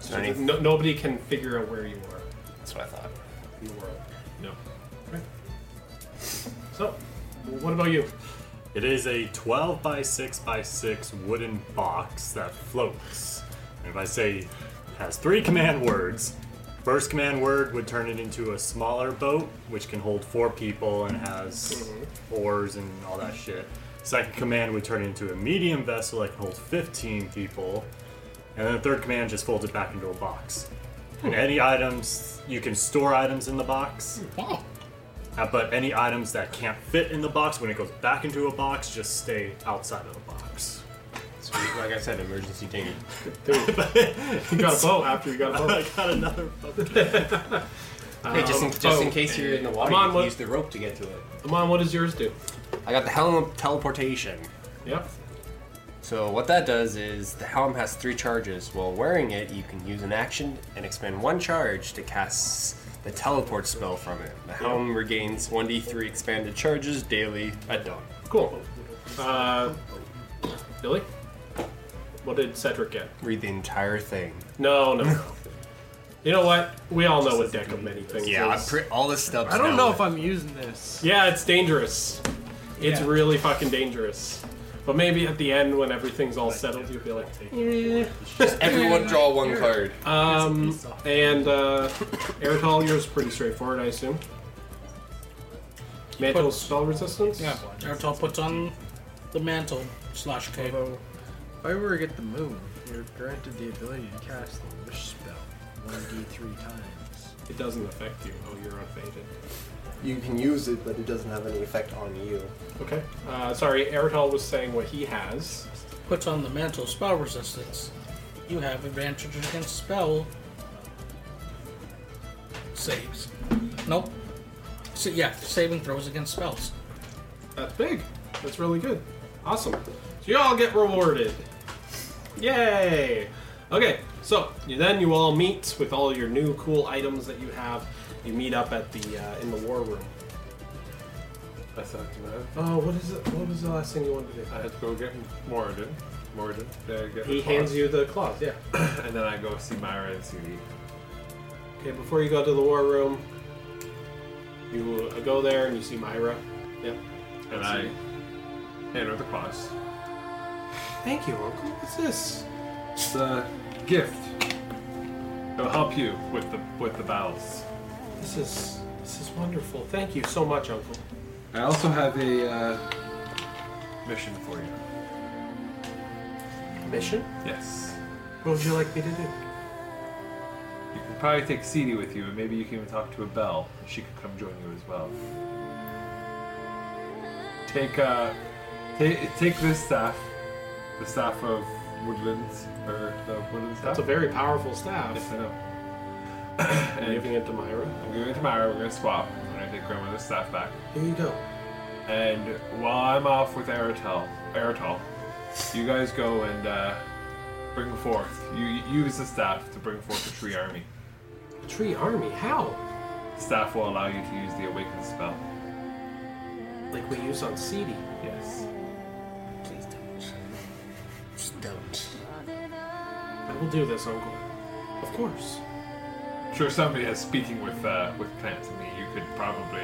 So that no, nobody can figure out where you are
That's what I thought.
in the world.
No.
So, what about you?
It is a 12 by 6 by 6 wooden box that floats. And if I say has three command words, first command word would turn it into a smaller boat, which can hold four people and has oars and all that shit. Second command would turn it into a medium vessel that can hold 15 people. And then the third command just folds it back into a box. And any items, you can store items in the box.
Wow.
Uh, but any items that can't fit in the box, when it goes back into a box, just stay outside of the box. (laughs)
So, like I said, emergency dinghy.
You got a boat after you got a
(laughs)
boat.
I got another.
Hey, just in, just
Oh.
in case you're in the water,
Come on,
you can
what-
use the rope to get to it.
Amon, what does yours do?
I got the helm of teleportation.
Yep.
So what that does is the helm has three charges. While wearing it, you can use an action and expend one charge to cast the teleport spell from it. The helm regains 1d3 expanded charges daily at dawn.
Cool. Uh, Billy? What did Cedric get?
Read the entire thing.
No, no, no. You know what? We all know what deck of many things
Yeah,
is.
I print all this stuff.
I don't know if I'm using this.
Yeah, it's dangerous. It's
Yeah.
really fucking dangerous. But maybe at the end, when everything's all settled, you'll be like, "Eh."
everyone draw one card.
um, and uh, Eritol, yours is pretty straightforward, I assume. Mantle spell resistance.
Yeah. Ertal puts on the mantle slash cape.
Although, if I were to get the moon, you're granted the ability to cast the wish spell 1d3 times.
It doesn't affect you. Oh, you're unfaded.
You can use it, but it doesn't have any effect on you.
Okay. Uh, sorry, Eritol was saying what he has.
Puts on the mantle spell resistance. You have advantage against spell saves. Nope. So, yeah, saving throws against spells.
That's big. That's really good. Awesome. So you all get rewarded. Yay! Okay, so you, then you all meet with all your new cool items that you have. You meet up at the uh, in the war room.
I thought you know,
Oh, what is it? What was the last thing you wanted to do?
I had to go get Moradin. Moradin. There, get
He
the claw.
hands you the cloth. Yeah.
And then I go see Myra and see.
Okay, before you go to the war room, you uh, go there and you see Myra. Yep.
And I hand her the cross.
Thank you, Uncle. What's this?
It's a gift. It'll help you with the with the battles.
This is this is wonderful. Thank you so much, Uncle.
I also have a uh, mission for you.
Mission?
Yes.
What would you like me to do?
You can probably take Sadie with you, and maybe you can even talk to a Belle. She could come join you as well. Take uh, take take this staff, the staff of woodlands or the woodland staff.
That's a very powerful staff.
Yes, I know.
I'm giving it to Myra.
I'm giving it to Myra. We're gonna swap. I'm gonna take grandmother's staff back.
Here you go.
And while I'm off with Aerotol, Aerotol, you guys go and uh, bring forth. You you use the staff to bring forth the tree army.
Tree army? How?
The staff will allow you to use the awakened spell.
Like we use on CD.
Yes.
Please don't. Just don't.
I will do this, Uncle. Of course.
sure somebody that's speaking with uh, with plants and me, you could probably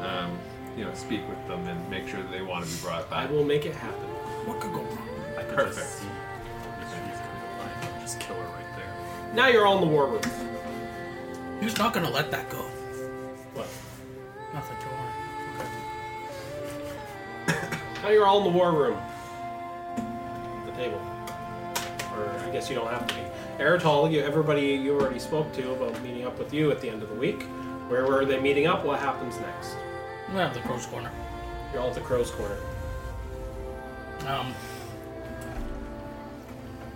um, you know speak with them and make sure that they want to be brought
I
back.
will make it happen.
What could go wrong?
Perfect.
Just kill her right there.
Now you're all in the war room.
He's not gonna let that go.
What?
Nothing to worry.
Now you're all in the war room. The table. Or I guess you don't have to be. Eritol, you, everybody you already spoke to about meeting up with you at the end of the week. Where were they meeting up? What happens next?
Well, the crow's corner.
You're all at the crow's corner.
Um,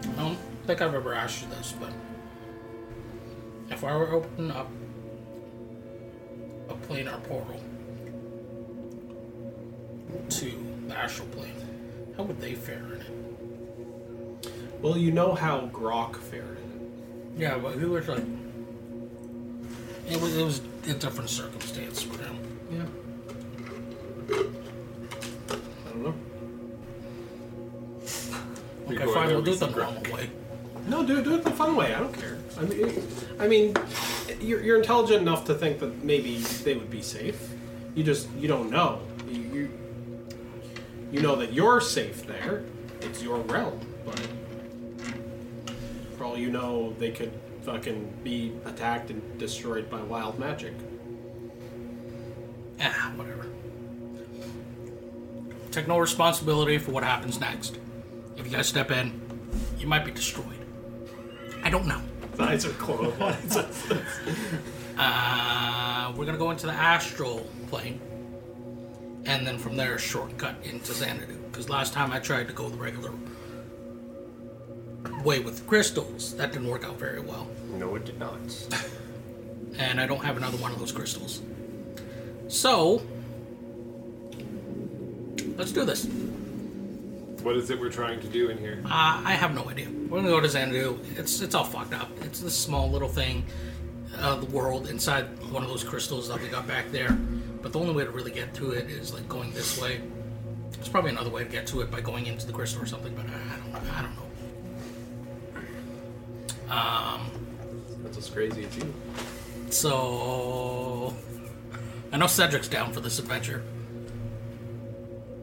I don't think I've ever asked you this, but if I were to open up a planar portal to the astral plane, how would they fare in it?
Well, you know how Grok fared in it.
Yeah, but he was like, it was it was a different circumstance for him.
Yeah. I don't know.
You're
Okay,
going
fine,
there
we'll do it
with
the
some
wrong way.
No, do do it the fun way. I don't care. I mean, it- I mean, you're, you're intelligent enough to think that maybe they would be safe. You just you don't know. You you, you know that you're safe there. It's your realm, but for all you know, they could fucking be attacked and destroyed by wild magic.
Ah, whatever. Take no responsibility for what happens next. If you guys step in, you might be destroyed. I don't know.
The eyes are closed.
(laughs) Uh, we're gonna go into the astral plane, and then from there, shortcut into Xanadu. Because last time I tried to go the regular way with the crystals, that didn't work out very well.
No, it did not.
(laughs) and I don't have another one of those crystals. So, let's do this.
What is it we're trying to do in here?
Uh, I have no idea. We're gonna go to Xanadu. It's it's all fucked up. It's this small little thing, uh, the world inside one of those crystals that we got back there. But the only way to really get to it is like going this way. There's probably another way to get to it by going into the crystal or something, but I I don't know. I don't know.
That's as crazy as you.
So I know Cedric's down for this adventure.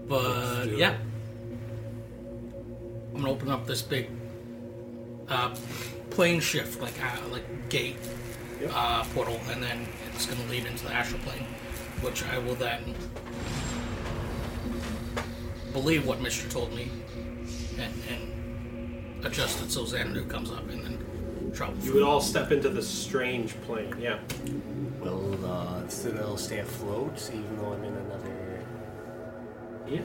But yeah. I'm gonna open up this big uh, plane shift, like uh, like gate uh, portal, and then it's gonna lead into the astral plane, which I will then believe what Mister told me, and, and adjust it so Xanadu comes up, and then travel.
You would all step into the strange plane. Yeah.
Will uh, the Citadel stay afloat even though I'm in another?
Yeah.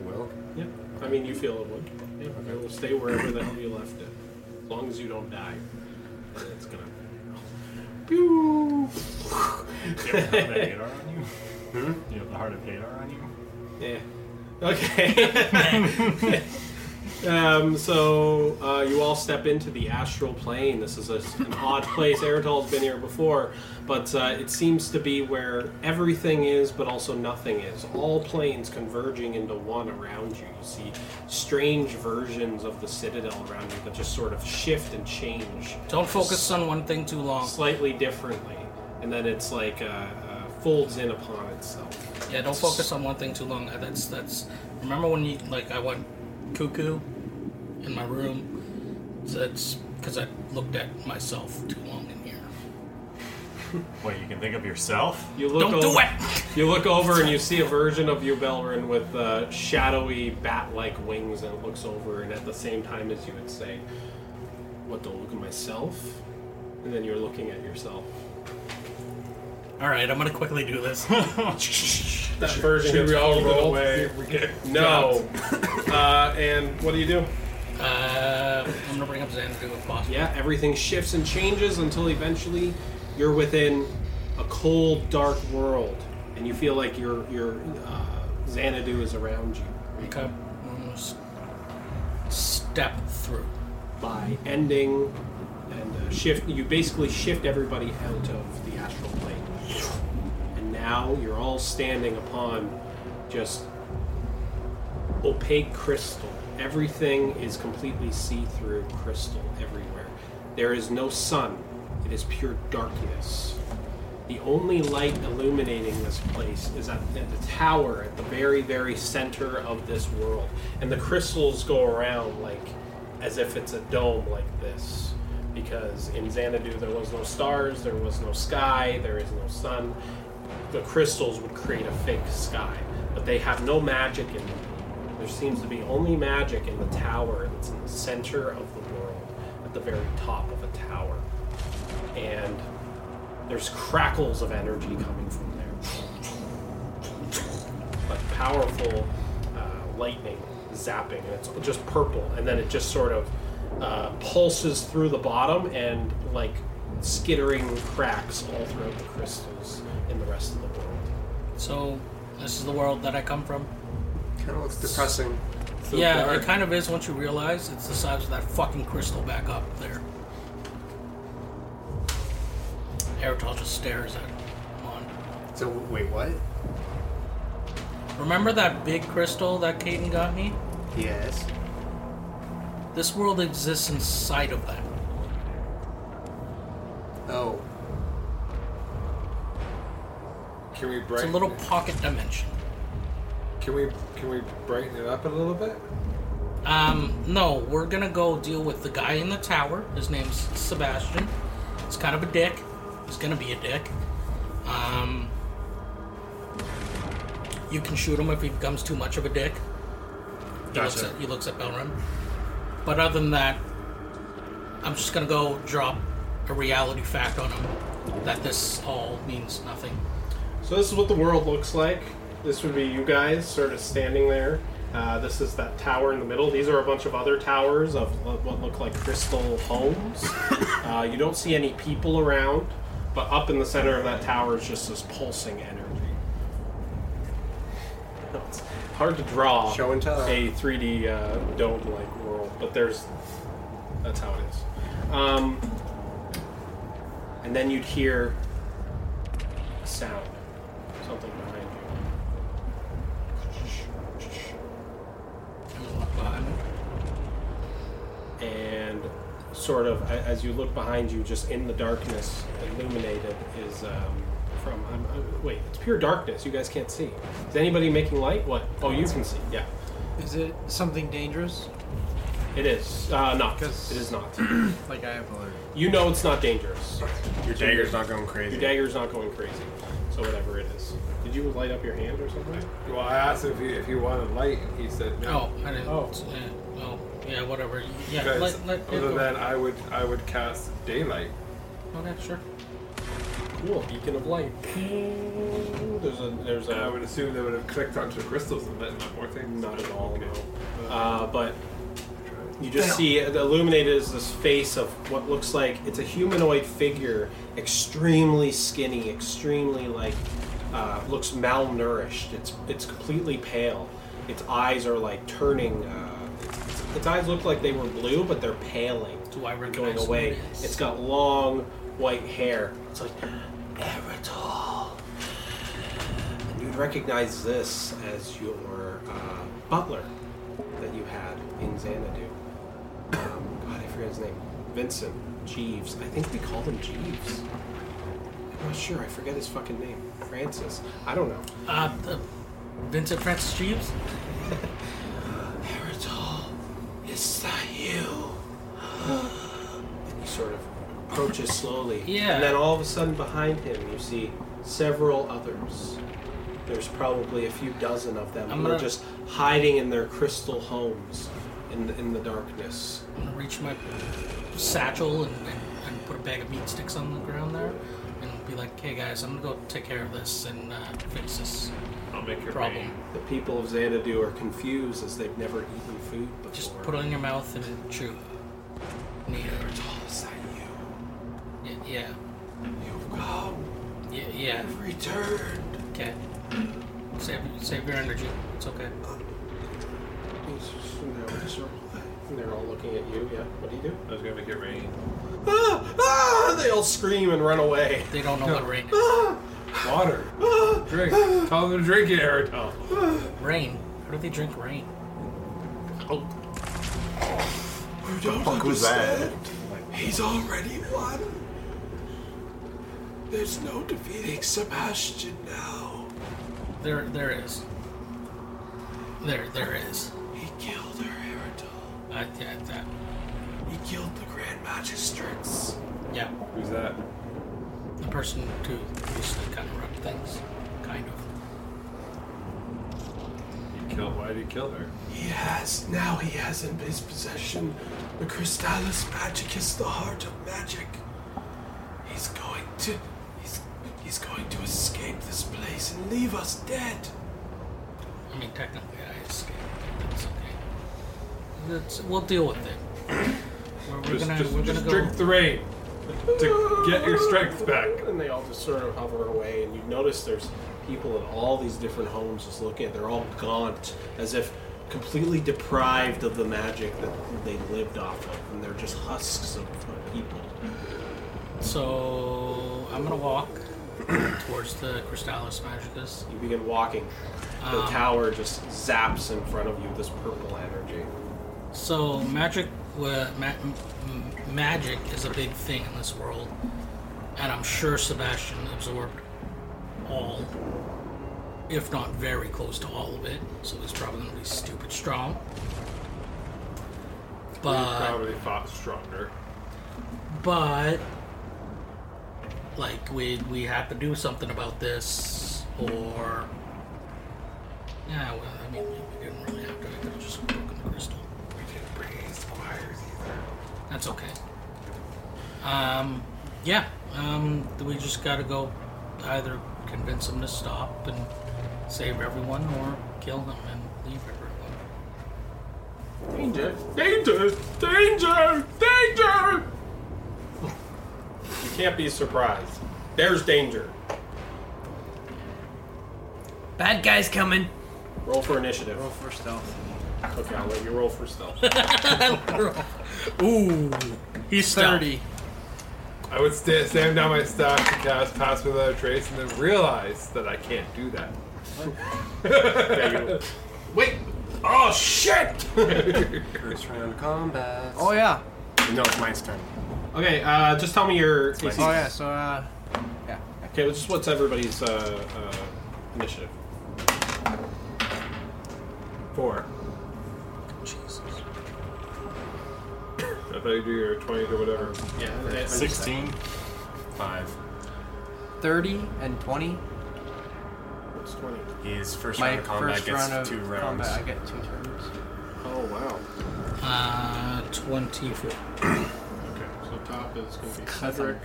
Will.
Yeah. I mean, you feel it would. Yeah. It will stay wherever the hell you left it, as long as you don't die. Then it's gonna. Pew!
You have the heart of Hadar
(laughs)
on you?
Hmm?
You have the heart of Hadar on you?
Yeah. Okay. um, so uh, you all step into the astral plane. This is a, an odd place. Eritol's been here before, but uh, it seems to be where everything is, but also nothing is. All planes converging into one around you. You see strange versions of the citadel around you that just sort of shift and change
Don't focus on one thing too long.
slightly differently, and then it's like uh, uh, folds in upon itself.
Yeah, don't focus on one thing too long. Uh, That's that's. Remember when you like I went cuckoo in my room? That's because I looked at myself too long in here.
Wait, you can think of yourself?
You look
Don't do
over-
it! (laughs)
You look over and you see a version of you, Belrin, with uh, shadowy bat-like wings, and it looks over, and at the same time as you, would say, "What? Don't look at myself." And then you're looking at yourself.
All right, I'm gonna quickly do this. Uh,
That version. Should we all roll? Away. No. (laughs) uh, and what do you do?
uh, I'm gonna bring up Xanadu if possible.
Yeah, everything shifts and changes until eventually you're within a cold, dark world, and you feel like your your uh, Xanadu is around you.
Okay. I'm gonna s- Step through.
by ending and uh, shift. You basically shift everybody out of the astral plane, and now you're all standing upon just opaque crystal. Everything is completely see-through crystal everywhere. There is no sun. It is pure darkness. The only light illuminating this place is at, at the tower at the very, very center of this world. And the crystals go around like as if it's a dome like this. Because in Xanadu there was no stars, there was no sky, there is no sun. The crystals would create a fake sky, but they have no magic in them. There seems to be only magic in the tower that's in the center of the world. the very top of a tower. And there's crackles of energy coming from there. Like powerful uh, lightning zapping, and it's just purple. And then it just sort of uh, pulses through the bottom and like skittering cracks all throughout the crystals in the rest of the world.
So, this is the world that I come from.
Kind of looks depressing.
So
yeah,
dark.
it kind of is once you realize it's the size of that fucking crystal back up there. Aerotol just stares at Mon.
So wait, what?
Remember that big crystal that Caden got me?
Yes.
This world exists inside of that.
Oh,
Can we
It's a
brighten?
little pocket dimension.
Can we can we brighten it up a little bit?
Um, no, we're gonna go deal with the guy in the tower. His name's Sebastian. He's kind of a dick. He's gonna be a dick. Um, you can shoot him if he becomes too much of a dick. He looks
Gotcha.
at he looks at Belrun. But other than that, I'm just gonna go drop a reality fact on him that this all means nothing.
So this is what the world looks like. This would be you guys sort of standing there. Uh, this is that tower in the middle. These are a bunch of other towers of lo- what look like crystal
(laughs)
homes. uh, you don't see any people around, but up in the center of that tower is just this pulsing energy. It's hard to draw
Show and tell.
a 3D uh, dome-like world, but there's that's how it is. Um, and then you'd hear a sound, something behind you.
I'm gonna walk behind him.
and sort of a- as you look behind you, just in the darkness, illuminated is um, from. I'm, i wait, it's pure darkness. You guys can't see. Is anybody making light? What? Oh, you can see. Yeah,
Is it something dangerous?
it is uh, not. It
'Cause-
is not.
Like I have a
You know it's not dangerous.
your dagger's not going crazy.
Your dagger's not going crazy. So whatever it is. Did you light up your hand or something?
Well, I asked if he if he wanted light, and he said
Oh,
no.
I didn't.
Oh.
Yeah, oh, yeah, whatever. Yeah,
Because
let, let, it
other
go.
than I would I would cast daylight.
Okay, sure.
Cool, beacon of light. There's a there's
And I
a
would assume they would have clicked onto crystals and lit up more things.
Not at all, no. Uh, but you just
Damn.
see the illuminated is this face of what looks like it's a humanoid figure, extremely skinny, extremely like uh, looks malnourished. It's it's completely pale. Its eyes are like turning. Uh, its, its eyes look like they were blue, but they're paling.
Do I
They're going
recognize who
away?
it is?
It's got long white hair. It's like Eritol. And you'd recognize this as your uh, butler that you had in Xanadu. Um, God, I forget his name. Vincent Jeeves. I think we called him Jeeves. I'm not sure. I forget his fucking name. Francis. I don't know.
Uh, the Vincent Francis Jeeves?
Eritol, is that you? and he sort of approaches slowly.
Yeah.
And then all of a sudden behind him you see several others. There's probably a few dozen of them
I'm
who are
gonna-
just hiding in their crystal homes in the, in the darkness.
I'm gonna reach my satchel and, and, and put a bag of meat sticks on the ground there and be like, hey guys, I'm gonna go take care of this and uh, fix this
I'll make your
problem.
The people of Xanadu are confused as they've never eaten food before.
Just put it in your mouth and chew. Need it.
Eritol, is that you?
Y- Yeah.
You've come.
Yeah. Yeah.
You've returned.
Okay. Save, save your energy. It's okay.
He's just- and they're all just sort of like- and They're all looking at you. Yeah. What do you do?
I was gonna make it rain.
Ah! Ah! They all scream and run away.
They don't know what rain is.
Ah!
Water.
Ah!
(gasps) Drink. Tell them to drink it,
Oh.
Aerodol.
Rain. How do they drink rain? Oh,
You don't
fuck was that?
understand. He's already won. There's no defeating Sebastian now.
there, there is. There, there is.
He killed her, Herodol.
I, yeah, that.
He killed the Grand Magistrates.
Yeah.
Who's that?
the person who used to kind of run things, kind of.
kill? Why did he kill her?
He has now he has in his possession the Crystallis Magicus, the heart of magic. He's going to he's he's going to escape this place and leave us dead.
I mean, technically, I escaped. but That's okay. That's, we'll deal with it. We're, we're
Just,
gonna,
just,
we're
just
gonna go.
drink the rain to get your strength back.
And they all just sort of hover away, and you notice there's people in all these different homes just looking at. They're all gaunt, as if completely deprived of the magic that they lived off of, and they're just husks of, of people.
So I'm gonna walk towards the Crystallis Magicus.
You begin walking. The
Um,
tower just zaps in front of you this purple energy.
So magic, uh, ma- m- m- magic is a big thing in this world, and I'm sure Sebastian absorbed all, if not very close to all of it. So he's probably gonna be stupid strong.
We
But
probably fought stronger.
but like we we have to do something about this or yeah well i mean we didn't really have to i could have just broken the crystal we didn't bring any squires either that's okay um yeah um we just gotta go either convince them to stop and save everyone or kill them and leave everyone
Danger!
Danger! Danger! Danger!
You can't be surprised. There's danger.
Bad guys coming.
Roll for initiative.
Roll for stealth.
Okay, I'll let you roll for stealth.
ooh he's
Thirty.
I would st- slam down my staff to cast Pass Without a Trace and then realize that I can't do that.
Wait! Oh shit!
First round of combat.
Oh yeah.
No, it's mine's turn.
okay, uh, just tell me your. AC.
Oh yeah. So uh, yeah.
Okay, just what's everybody's uh, uh, initiative?
Four.
Jesus.
I thought you do your 20 or whatever.
Yeah,
16.
Five.
Thirty and twenty.
What's twenty?
His first
My
round of combat
first
gets
round of
two rounds.
combat, I get two turns.
Oh wow.
uh 24
Okay, so top is going to be
I'm
Cedric.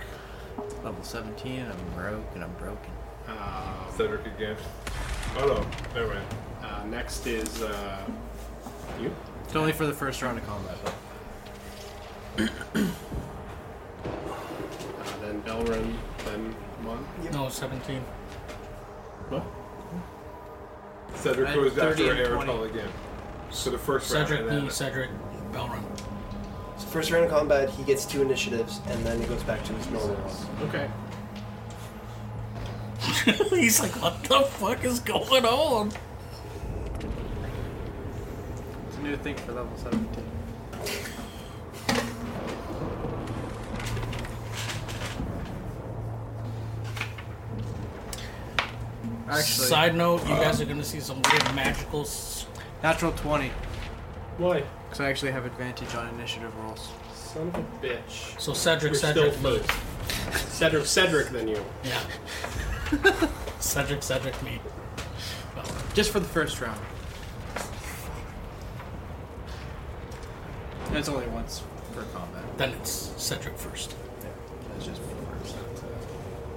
Level seventeen. I'm broke and I'm broken.
Uh,
Cedric again. Oh no, never mind.
uh, next is uh, you.
It's only for the first round of combat though.
Uh, then Belrin. Then Mon.
no 17
What?
Cedric
I-
goes
30
after
and 20.
Aerotol again. So the first
Cedric,
round. and
me,
then-
Cedric, Belrun.
So first round of combat, he gets two initiatives, and then it goes back to his normal one.
Okay.
(laughs) He's like, what the fuck is going on?
It's a new thing for level seventeen. Actually,
Side note, you guys are gonna see some weird magical. S-
natural twenty.
Why?
Because I actually have advantage on initiative rolls.
Son of a bitch.
so Cedric,
You're still
Cedric, me.
first. Cedric, Cedric, then you.
Yeah. Cedric, Cedric, me. Belrun.
Just for the first round. That's only once per combat.
Then it's Cedric first.
That's just me first.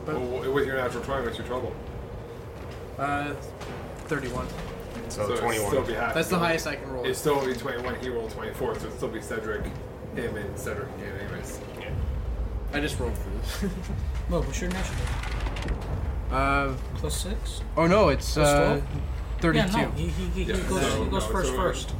Well, with your natural 20, what's your total?
Uh, 31.
So,
it'd
21.
Still be half.
That's the highest I can roll.
It'd still be 21. He rolled 24, so it'd still be Cedric, him, and Cedric again, anyways.
I just rolled for this.
No, what's your initiative?
uh,
Plus six?
oh no, it's
Plus
uh, 32.
Yeah, no, he, he, he,
Yeah,
he goes,
no,
he goes
no,
first
so-
first.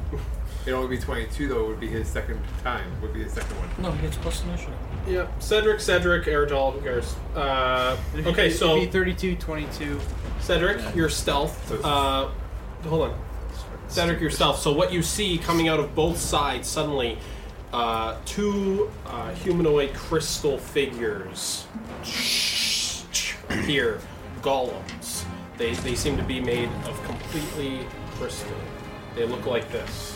It'll only be 22, though, would be his second time, would be his second one.
No, he gets plus initiative.
Yeah. Cedric, Cedric, Aerodol, who cares? Uh,
It'd be-
okay,
it'd
so
be 32, 22.
Cedric, your stealth. Uh, hold on. Cedric, your stealth. So what you see coming out of both sides suddenly, uh, two uh, humanoid crystal figures (sniffs) appear, golems. They, they seem to be made of completely crystal. They look like this.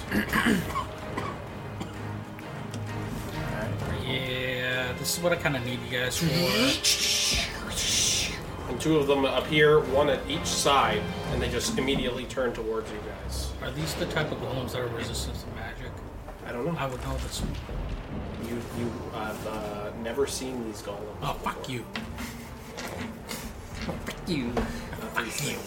Yeah, this is what I kind of need you guys
Mm-hmm.
for.
And two of them appear, one at each side, and they just immediately turn towards you guys.
Are these the type of golems that are resistant to magic?
I don't know.
I would know this.
You you have uh, never seen these golems.
Oh, fuck you. Fuck you. Fuck you.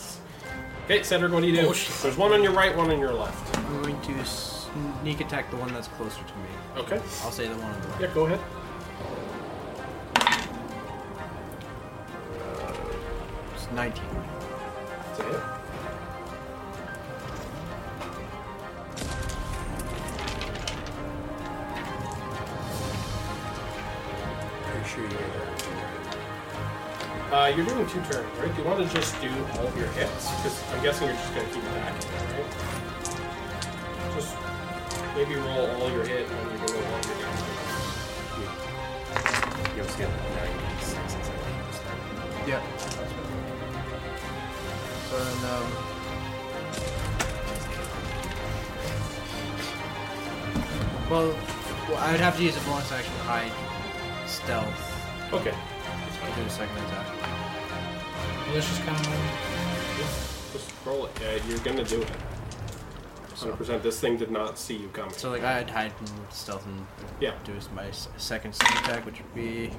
Okay, Cedric, what do you do?
Oh, shit.
There's one on your right, one on your left.
I'm going to sneak attack the one that's closer to me.
Okay.
I'll say the one on the right.
Yeah, go ahead.
It's 19.
That's a hit.
Pretty sure you
Uh, you're doing two turns, right? Do you want to just do all of your hits? Because I'm guessing you're just going to keep attacking, right? Just maybe roll all your hit and you can roll all your damage.
You have skill 96 and 17.
Yeah. So then, um. Well, well, I would have to use a bonus action to hide stealth.
Okay.
I'll do a second attack.
Let's just kind of.
Just roll it. Yeah, you're going to do it. 100%. This thing did not see you coming.
So, like, I'd hide and stealth and
Yeah.
do s- my s- second sneak attack, which would be.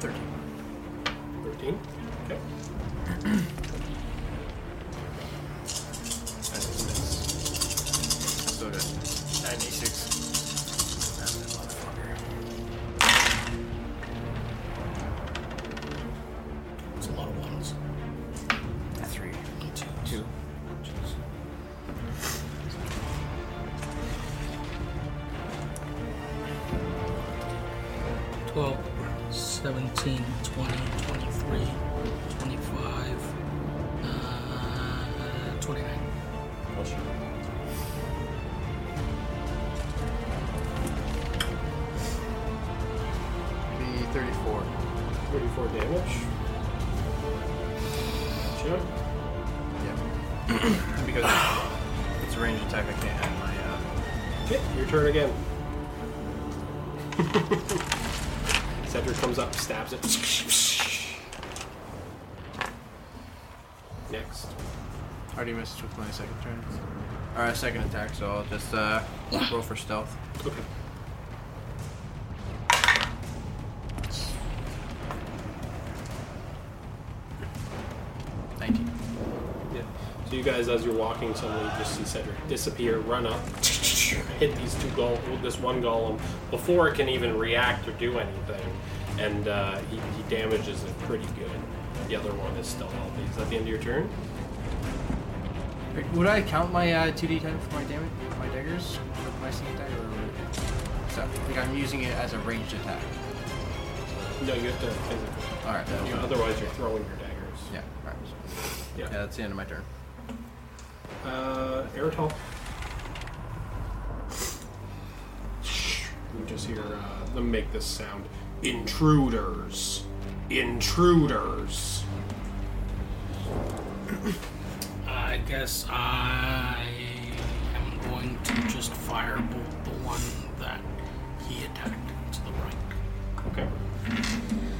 13.
13. Okay.
I think it is. So good. 96.
It's a lot of ones.
Three.
Two.
Two.
Twelve. Seventeen. Twenty. Twenty-three. Twenty-five. Uh, Twenty-nine.
Be 34.
34 damage. Gotcha.
Yeah. (clears throat) because it's a range attack, I can't have my. Uh,
Okay, your turn again. (laughs) Cedric comes up, stabs it. Next.
I already missed with my second turn. Alright, second attack, so I'll just uh, roll for stealth.
Okay.
Nineteen.
Yeah. So you guys, as you're walking, suddenly you just see Cedric disappear, run up, (laughs) hit these two gol- this one golem before it can even react or do anything, and uh, he, he damages it pretty good. The other one is still healthy. Is that the end of your turn?
Wait, Would I count my uh, 2d10 for my damage, my daggers, for my sneak attack, or would it? So, like I'm using it as a ranged attack.
No, you have to. physically-
All right.
You, otherwise, you're throwing your daggers.
Yeah. All right. Yeah,
Yeah.
that's the end of my turn.
Uh, Aerotol. You just hear uh, them make this sound. Intruders. Intruders.
I guess I am going to just firebolt the one that he attacked to the right.
Okay.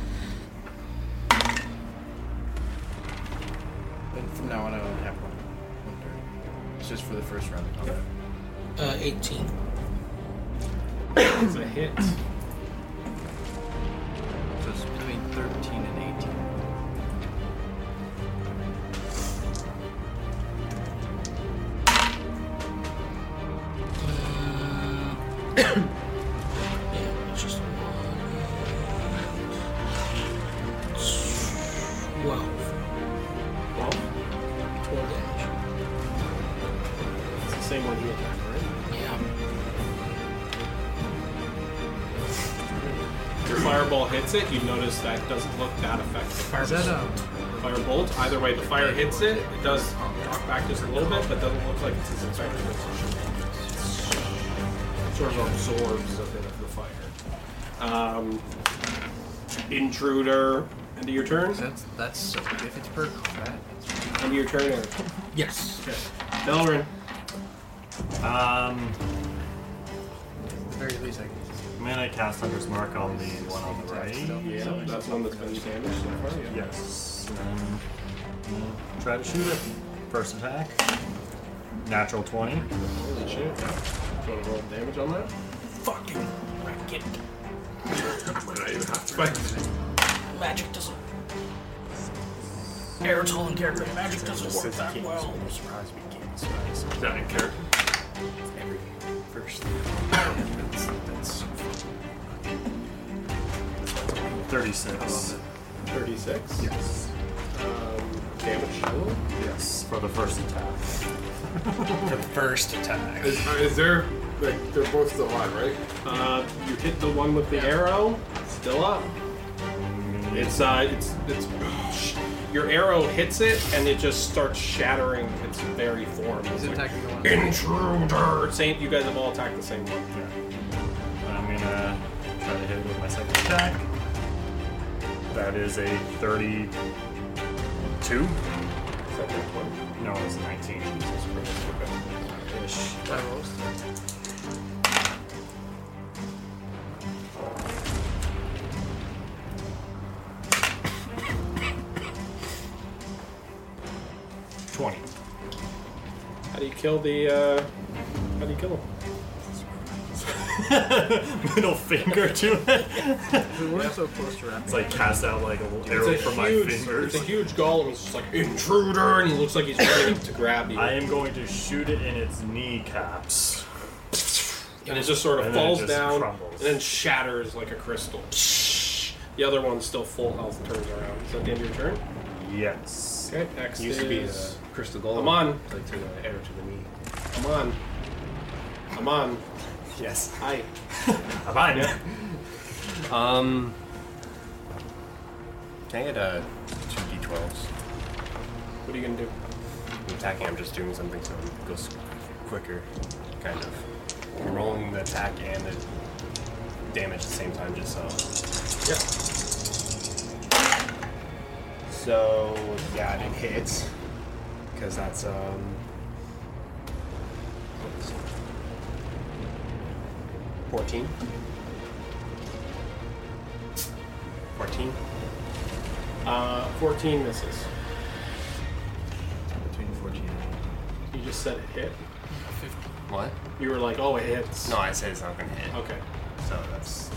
And from now on, I only have one. one turn. It's just for the first round of combat.
Uh, 18.
It's a hit.
So it's between 13 and 18.
Uh, (coughs) yeah, it's just one. 12.
Well,
12 damage.
it's the same one you attack, right?
Yeah.
Your fireball hits it. You notice that doesn't look that effective.
Is that um?
Firebolt. Either way, the fire hits it. It does knock back just a little bit, but doesn't look like it's as effective as it should be. Sort of absorbs a bit of the fire. Um, intruder. End of your turn.
That's that's so. If it's per combat, it's
End of your turn. Eric.
Yes.
Okay. Delrin.
Um,
at the very least I can.
I'm gonna cast Hunter's Mark on the one on the
Attack still.
right.
Yeah, that's one that's been damaged so far. Yeah.
Yes. Um, Try to shoot it. First attack. Natural 20.
Holy shit. Do you want to roll damage on that?
Fucking wreck it. I might not even have to fight.
Magic doesn't. Aerotol and character magic doesn't work that well.
surprised we can't be surprised.
Is that in character?
Everything first. that's, that's so fun.
36.
36?
Yes.
Um, damage total?
Yes, for the first attack.
For the first attack.
Is, uh, is there like they're both still alive, right?
Uh, you hit the one with the arrow. Still up. It's uh, it's it's. (sighs) Your arrow hits it, and it just starts shattering its very form. It's
He's
like,
attacking the one.
Intruder! Same, you guys have all attacked the same one.
Yeah. I'm gonna try to hit with my second attack. That is a 32. No, it's 19. Ish.
(laughs)
Twenty. (laughs)
How do you kill the? Uh, how do you kill him?
Middle finger to it.
We were so close to wrapping.
It's like cast out like a little
It's
arrow
a
from my
huge,
fingers.
it's a huge golem. He's just like intruder, and he looks like he's (coughs) ready to grab you,
I am going to shoot it in its kneecaps.
and it just sort of
And then it
falls
just
down
crumbles.
and then shatters like a crystal. The other one's still full health. Turns around. Is that the end of your turn?
Yes.
Okay. Next
Used to be the
is
crystal golem.
Amon.
Oh. Like to the air to the knee.
Amon. Amon.
Yes.
Hi.
Fine.
Um. Can I get uh, two d12s?
What are you gonna do?
I'm attacking, I'm just doing something so it goes quicker, kind of. I'm rolling the attack and the damage at the same time, just so.
Yeah.
So, yeah, I didn't hit. Because that's, um. what is it? 14. 14.
Uh, 14 misses.
Between 14 and
You just said it hit.
What?
You were like, oh, it hits.
No, I said it's not gonna hit.
Okay.
So that's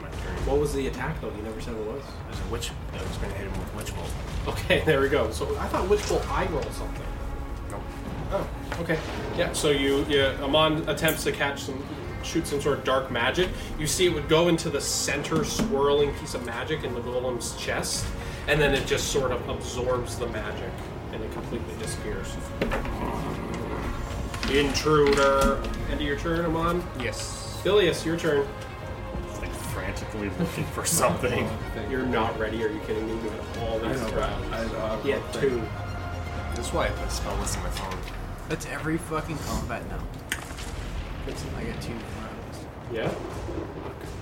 my turn.
What was the attack though? You never said what it was.
There's a witch. I was gonna hit him with witch bolt.
Okay, (laughs) there we go. So I thought Witch Bolt I roll something.
Nope.
Oh, okay. Yeah. So you, you Amon attempts to catch some, shoot some sort of dark magic. You see it would go into the center swirling piece of magic in the golem's chest, and then it just sort of absorbs the magic and it completely disappears. Intruder. End of your turn, Amon.
Yes.
Ilias, your turn.
It's like frantically looking for something.
You're not ready. Are you kidding me? You had all these rounds.
I know.
Yeah, two.
That's why I have a spell list on Oh, my phone.
That's every fucking combat now. It's I get two rounds
Yeah.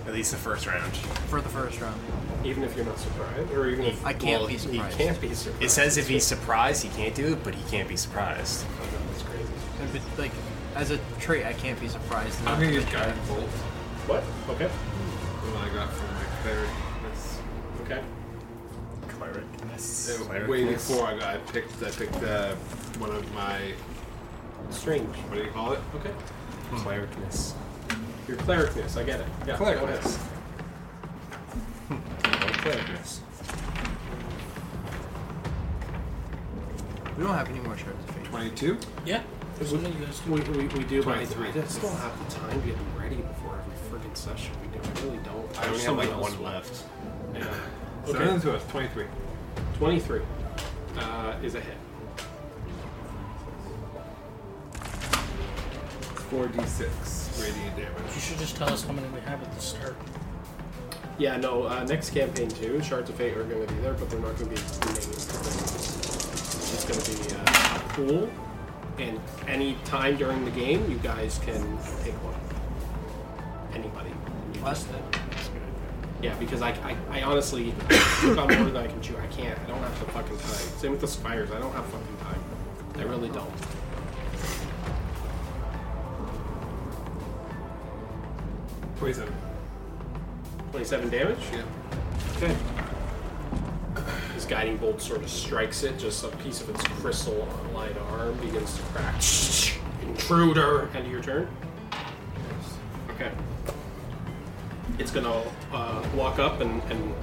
At least the first round.
for the first round.
Even if you're not surprised, or even if
I can't
Well,
be
you
surprised.
can't be surprised.
It says if he's surprised, he can't do it, but he can't be surprised.
Oh, That's crazy.
And but, like as a trait, I can't be surprised.
I'm gonna use guiding bolt.
What? Okay.
The one I got from my cleric. That's-
Okay.
Cleric.
it was
Cleric.
Way before I got, I picked, I picked uh, one of my
Strange.
what do you call it?
Okay.
Clericness.
Your clericness, I get it. Yeah. go ahead.
Clericness. Clericness.
We don't have any more shards of fate.
Twenty-two.
Yeah. There's only you guys.
We, we, we do by three.
23.
I just don't have the time to get ready before every friggin' session. We do. I really don't.
I only have
Somebody
like
else
one
will.
left.
Yeah.
So that
Okay.
ends with twenty-three.
23 uh, is a hit.
4d6 radiant
You
damage.
should just tell us how many we have at the start.
Yeah, no, uh, next campaign too, Shards of Fate are going to be there, but they're not going to be named. It's going to be uh, a pool, and any time during the game, you guys can pick one. Anybody. You
Plus
just-
the
Yeah, because I, I, I honestly took on more than I can chew. I can't. I don't have the fucking time. Same with the spires. I don't have fucking time. I really don't.
Twenty-seven.
27 damage?
Yeah.
Okay. Is guiding bolt sort of strikes it, just a piece of its crystal on light arm begins to crack. (laughs) Intruder! End of your turn. Okay. It's gonna uh, walk up and, and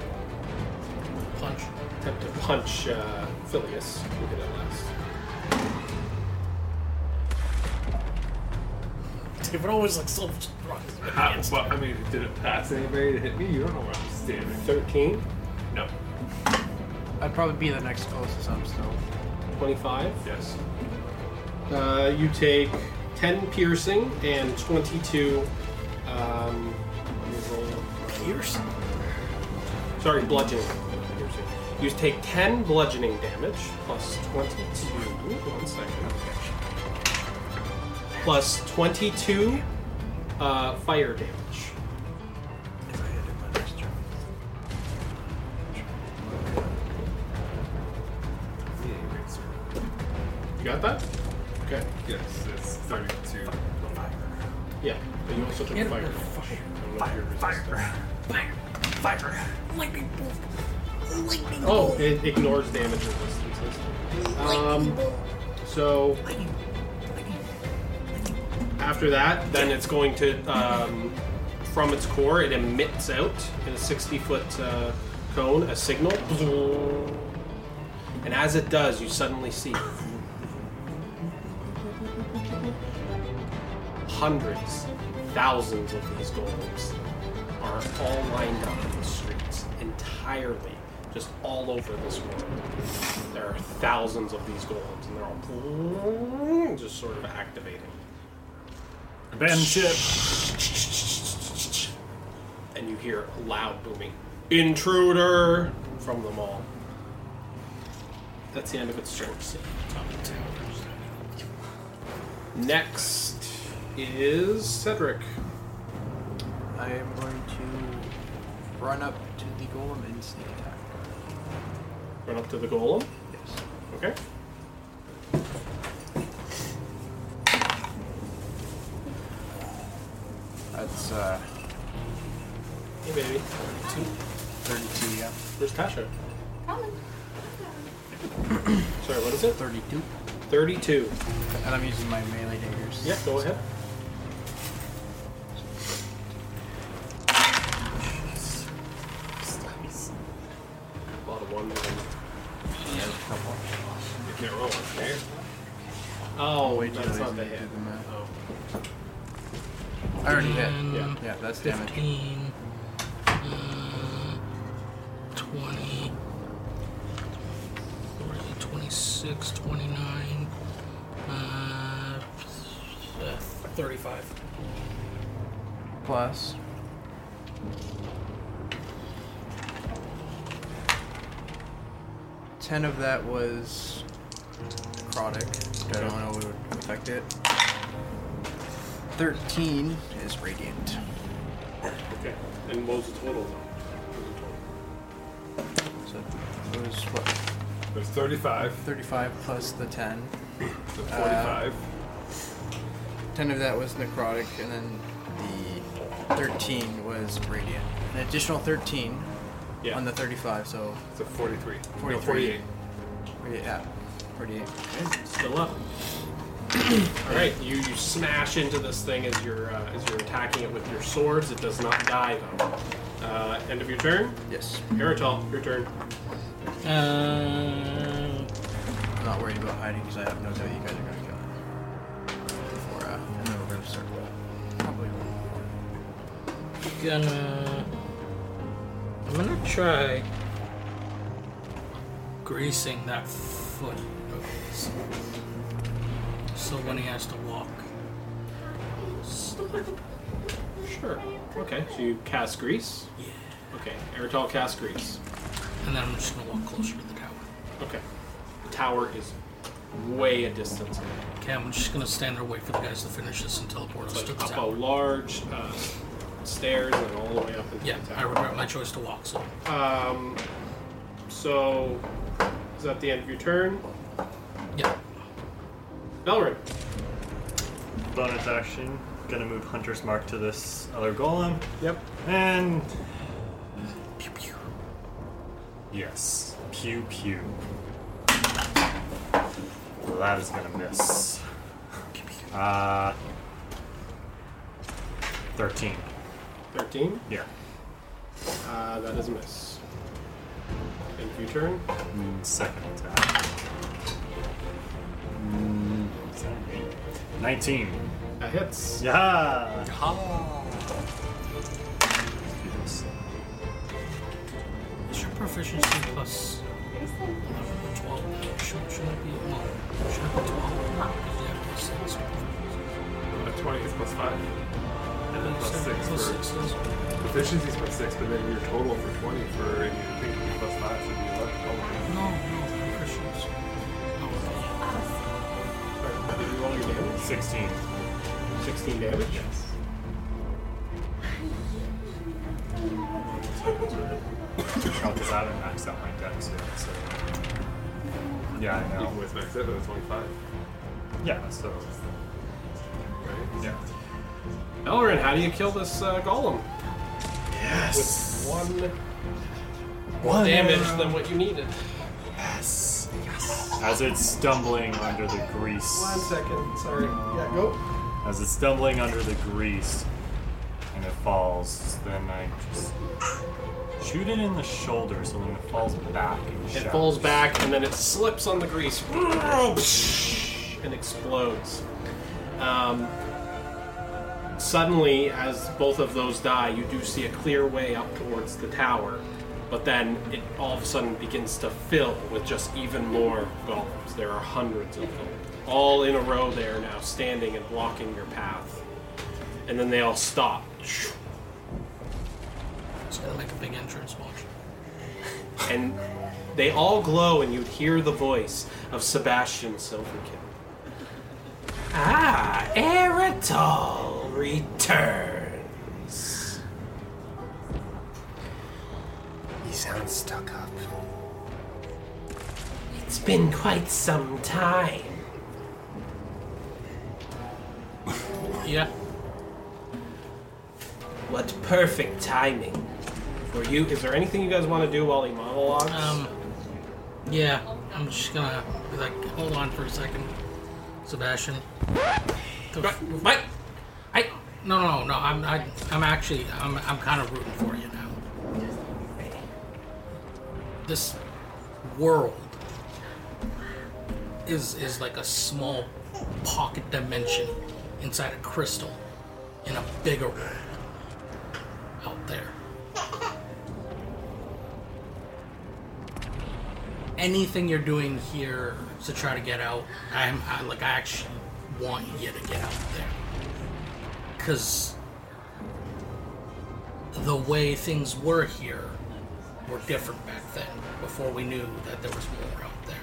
Punch.
attempt to punch uh, Phileas. We'll get it last.
David always like so surprised.
Uh, well, I mean, did it pass anybody to hit me? You don't know where I'm standing.
13,
No.
I'd probably be the next closest. I'm still.
25.
Yes.
Uh, you take 10 piercing and 22. Um, let me roll.
Pierce.
Sorry, bludgeoning. You take 10 bludgeoning damage plus 22. One second. Plus 22 uh, fire damage. You got that? Okay.
Yes, it's starting to.
Yeah. But you also took
Get
fire.
him.
damage.
Fire, fire.
Fire. Fire. Lightning bolt. Lightning
Oh,
bolt.
it ignores damage resistances. Um, so after that, then it's going to um, from its core it emits out in a sixty foot uh, cone a signal, and as it does, you suddenly see hundreds, thousands of these golems are all lined up in the streets entirely, just all over this world. There are thousands of these golems, and they're all just sort of activating.
Abandon ship.
And you hear a loud booming intruder from them all. That's the end of its turn. Next is Cedric.
I am going to run up to the golem and sneak attack.
Run up to the golem.
Yes.
Okay.
That's uh,
Hey, baby.
32. Yeah.
Where's Tasha? Sorry, what is it?
32.
32.
And I'm using my melee daggers.
Yeah, go ahead. A lot of one.
You can't roll it, okay?
Oh,
Way
wait,
too
that's
lazy
not the
to
hit.
do the math.
Oh.
I already hit.
Yeah.
Yeah, that's damage.
15. uh, 20. 26, 29. Uh, uh, 35.
Plus. Ten of that was necrotic. I don't know what would affect it. Thirteen is radiant.
Okay. And what was the total?
So it was what?
There's 35,
Thirty-five plus the ten.
there's
Uh,
45.
Ten of that was necrotic, and then the thirteen was radiant. An additional thirteen
Yeah.
on the thirty-five, so
It's a 43. No,
43.
48.
yeah, forty-eight.
Still up. (clears throat) All right, you, you smash into this thing as you're uh, as you're attacking it with your swords. It does not die though. Uh, end of your turn.
Yes.
Eritol, your turn.
Uh,
I'm not worried about hiding because I have no doubt you guys are gonna kill me. Before, uh, and then we're gonna start probably
gonna. I'm gonna try greasing that foot of his. So when he has to walk.
Sure. Okay. So you cast grease. Yeah. Okay. Eritol cast grease.
And then I'm just gonna walk closer to the tower.
Okay. The tower is way a distance. away.
Okay, I'm just gonna stand there wait for the guys to finish this and teleport us
It's
to the
like up a
tower.
large uh, stairs and all the way up into
Yeah,
the
I
tower.
regret my choice to walk, so
Um, so, is that the end of your turn?
yeah.
Belrin.
Bonus action. Gonna move Hunter's Mark to this other golem.
Yep.
And. Yes. Pew pew. That is gonna miss. Uh, thirteen.
13.
Yeah.
Uh, that is a miss. Thank you, turn.
Mm, Second attack. Mm, is that an eight? Nineteen.
That hits.
Yeah.
Is your proficiency plus 11 or 12? Should, should it be, well, should it be 12? Because you have plus 6 for proficiency.
Uh, 20 is plus 5. And then plus
Instead of
6
plus
for.
6 is
Proficiency is plus 6, but then your total for 20 for. And you think it'd be plus 5 should be 11. Oh,
No, no, proficiency. Oh,
Sorry, did you roll your damage?
Sixteen.
16 damage.
Because I haven't maxed out my dex yet. So. Yeah, I know.
Even with max effort, that's only 5.
Yeah. So.
Right?
Yeah.
Elrin, how do you kill this uh, golem? Yes. With one
One
damage than what you needed.
uh, Yes.
As it's stumbling under the grease.
One second. Sorry. Yeah, go.
As it's stumbling under the grease and it falls, then I just shoot it in the shoulder so then it falls back and
It
shatters.
falls back and then it slips on the grease and explodes. Um, suddenly, as both of those die, you do see a clear way up towards the tower, but then it all of a sudden begins to fill with just even more golems. There are hundreds of them, all in a row there now, standing and blocking your path. And then they all stop.
no. It's kind of like a big entrance watch.
and they all glow, and you'd hear the voice of Sebastian Silverkin. Ah, Eritol returns.
He sounds stuck up.
It's been quite some time.
Yeah.
What perfect timing for you. Is there anything you guys want to do while he monologues?
Um, yeah, I'm just gonna be like, hold on for a second, Sebastian. The f-
What?
I no no no. I'm I, I'm actually I'm I'm kind of rooting for you now. This world is is like a small pocket dimension inside a crystal in a bigger world out there. Anything you're doing here to try to get out, I'm I, like I actually want you to get out there because the way things were here were different back then before we knew that there was more out there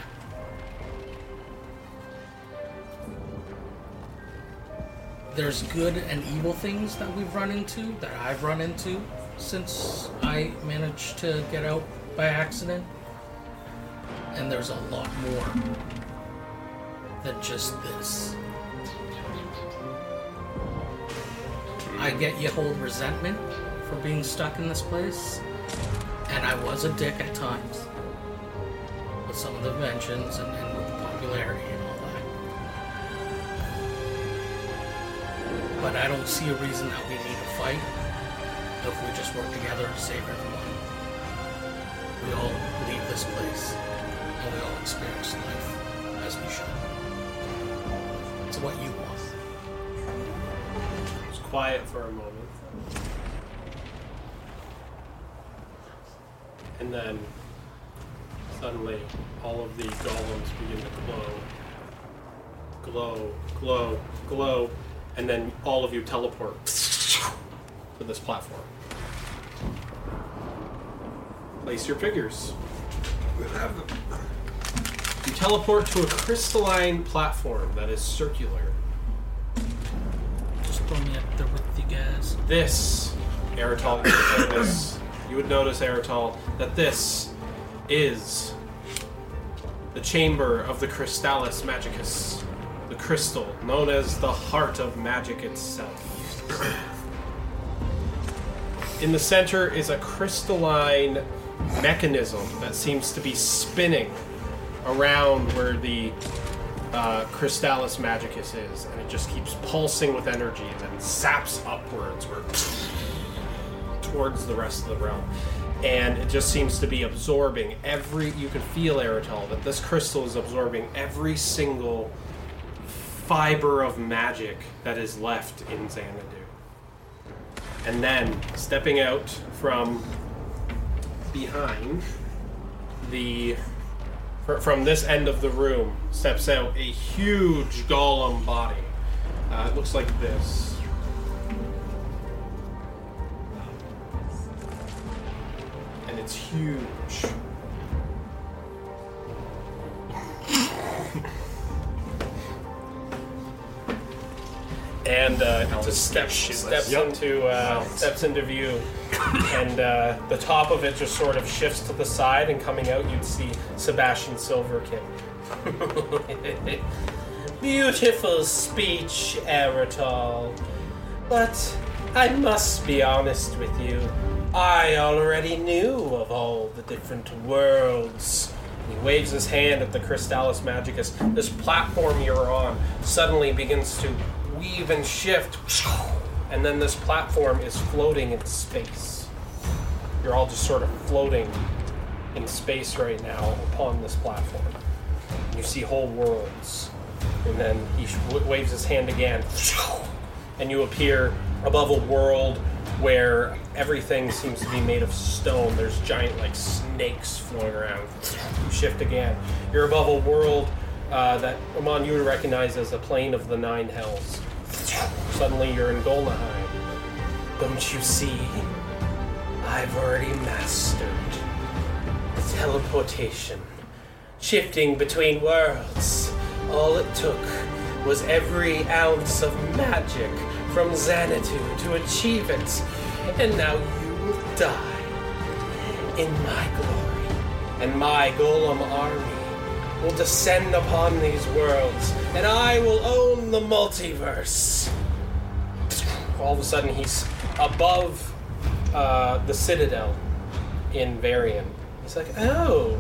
there's good and evil things that we've run into that i've run into since i managed to get out by accident and there's a lot more than just this I get you hold resentment for being stuck in this place, and I was a dick at times with some of the inventions and, and with the popularity and all that. But I don't see a reason that we need to fight if we just work together to save everyone. We all leave this place, and we all experience life as we should. It's what you want.
It's quiet for a moment. And then suddenly all of the golems begin to glow. Glow, glow, glow, and then all of you teleport to this platform. Place your figures.
We'll have them.
You teleport to a crystalline platform that is circular.
Just throw me up there with you guys.
this Eritol you would notice you would notice Eritol that this is the chamber of the Crystallis Magicus the crystal known as the heart of magic itself in the center is a crystalline mechanism that seems to be spinning around where the uh, Crystallis Magicus is, and it just keeps pulsing with energy and then saps upwards where (sniffs) towards the rest of the realm. And it just seems to be absorbing every. You can feel Aerotol that this crystal is absorbing every single fiber of magic that is left in Xanadu. And then, stepping out from behind the. fr- From this end of the room, steps out a huge golem body. Uh, it looks like this. And it's huge. and uh, it just steps, steps
Yep.
into uh, steps into view, (laughs) and uh, the top of it just sort of shifts to the side, and coming out you'd see Sebastian (laughs) Silverkin. Beautiful speech, Eritol. But I must be honest with you. I already knew of all the different worlds. He waves his hand at the Crystallis Magicus. This platform you're on suddenly begins to weave and shift, and then this platform is floating in space. You're all just sort of floating in space right now upon this platform. And you see whole worlds. And then he sh- w- waves his hand again, and you appear above a world where everything seems to be made of stone. There's giant, like, snakes flowing around. You shift again. You're above a world uh, that Amon you would recognize as the plane of the nine hells. Suddenly, you're in Golnaheim. Don't you see? I've already mastered the teleportation, shifting between worlds. All it took was every ounce of magic from Xanadu to achieve it, and now you will die in my glory. And my golem army will descend upon these worlds, and I will own the multiverse. All of a sudden, he's above uh, the citadel in Varian. He's like, oh,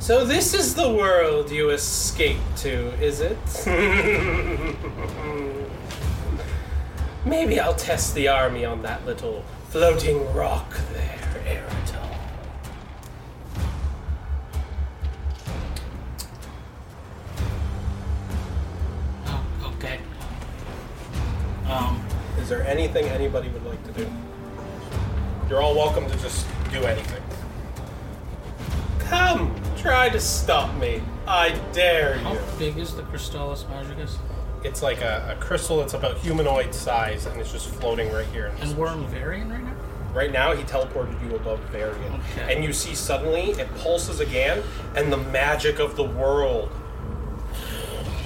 so this is the world you escaped to, is (laughs) it? Maybe I'll test the army on that little floating rock there, Eritol.
Oh, okay. Um,
Is there anything anybody would like to do? You're all welcome to just do anything. Come, try to stop me. I dare
how
you.
big is the Crystallis Magicus?
It's like a, a crystal that's about humanoid size and it's just floating right here. in this
And we're on Varian right now?
Right now, he teleported you above Varian.
Okay.
And you see suddenly it pulses again, and the magic of the world,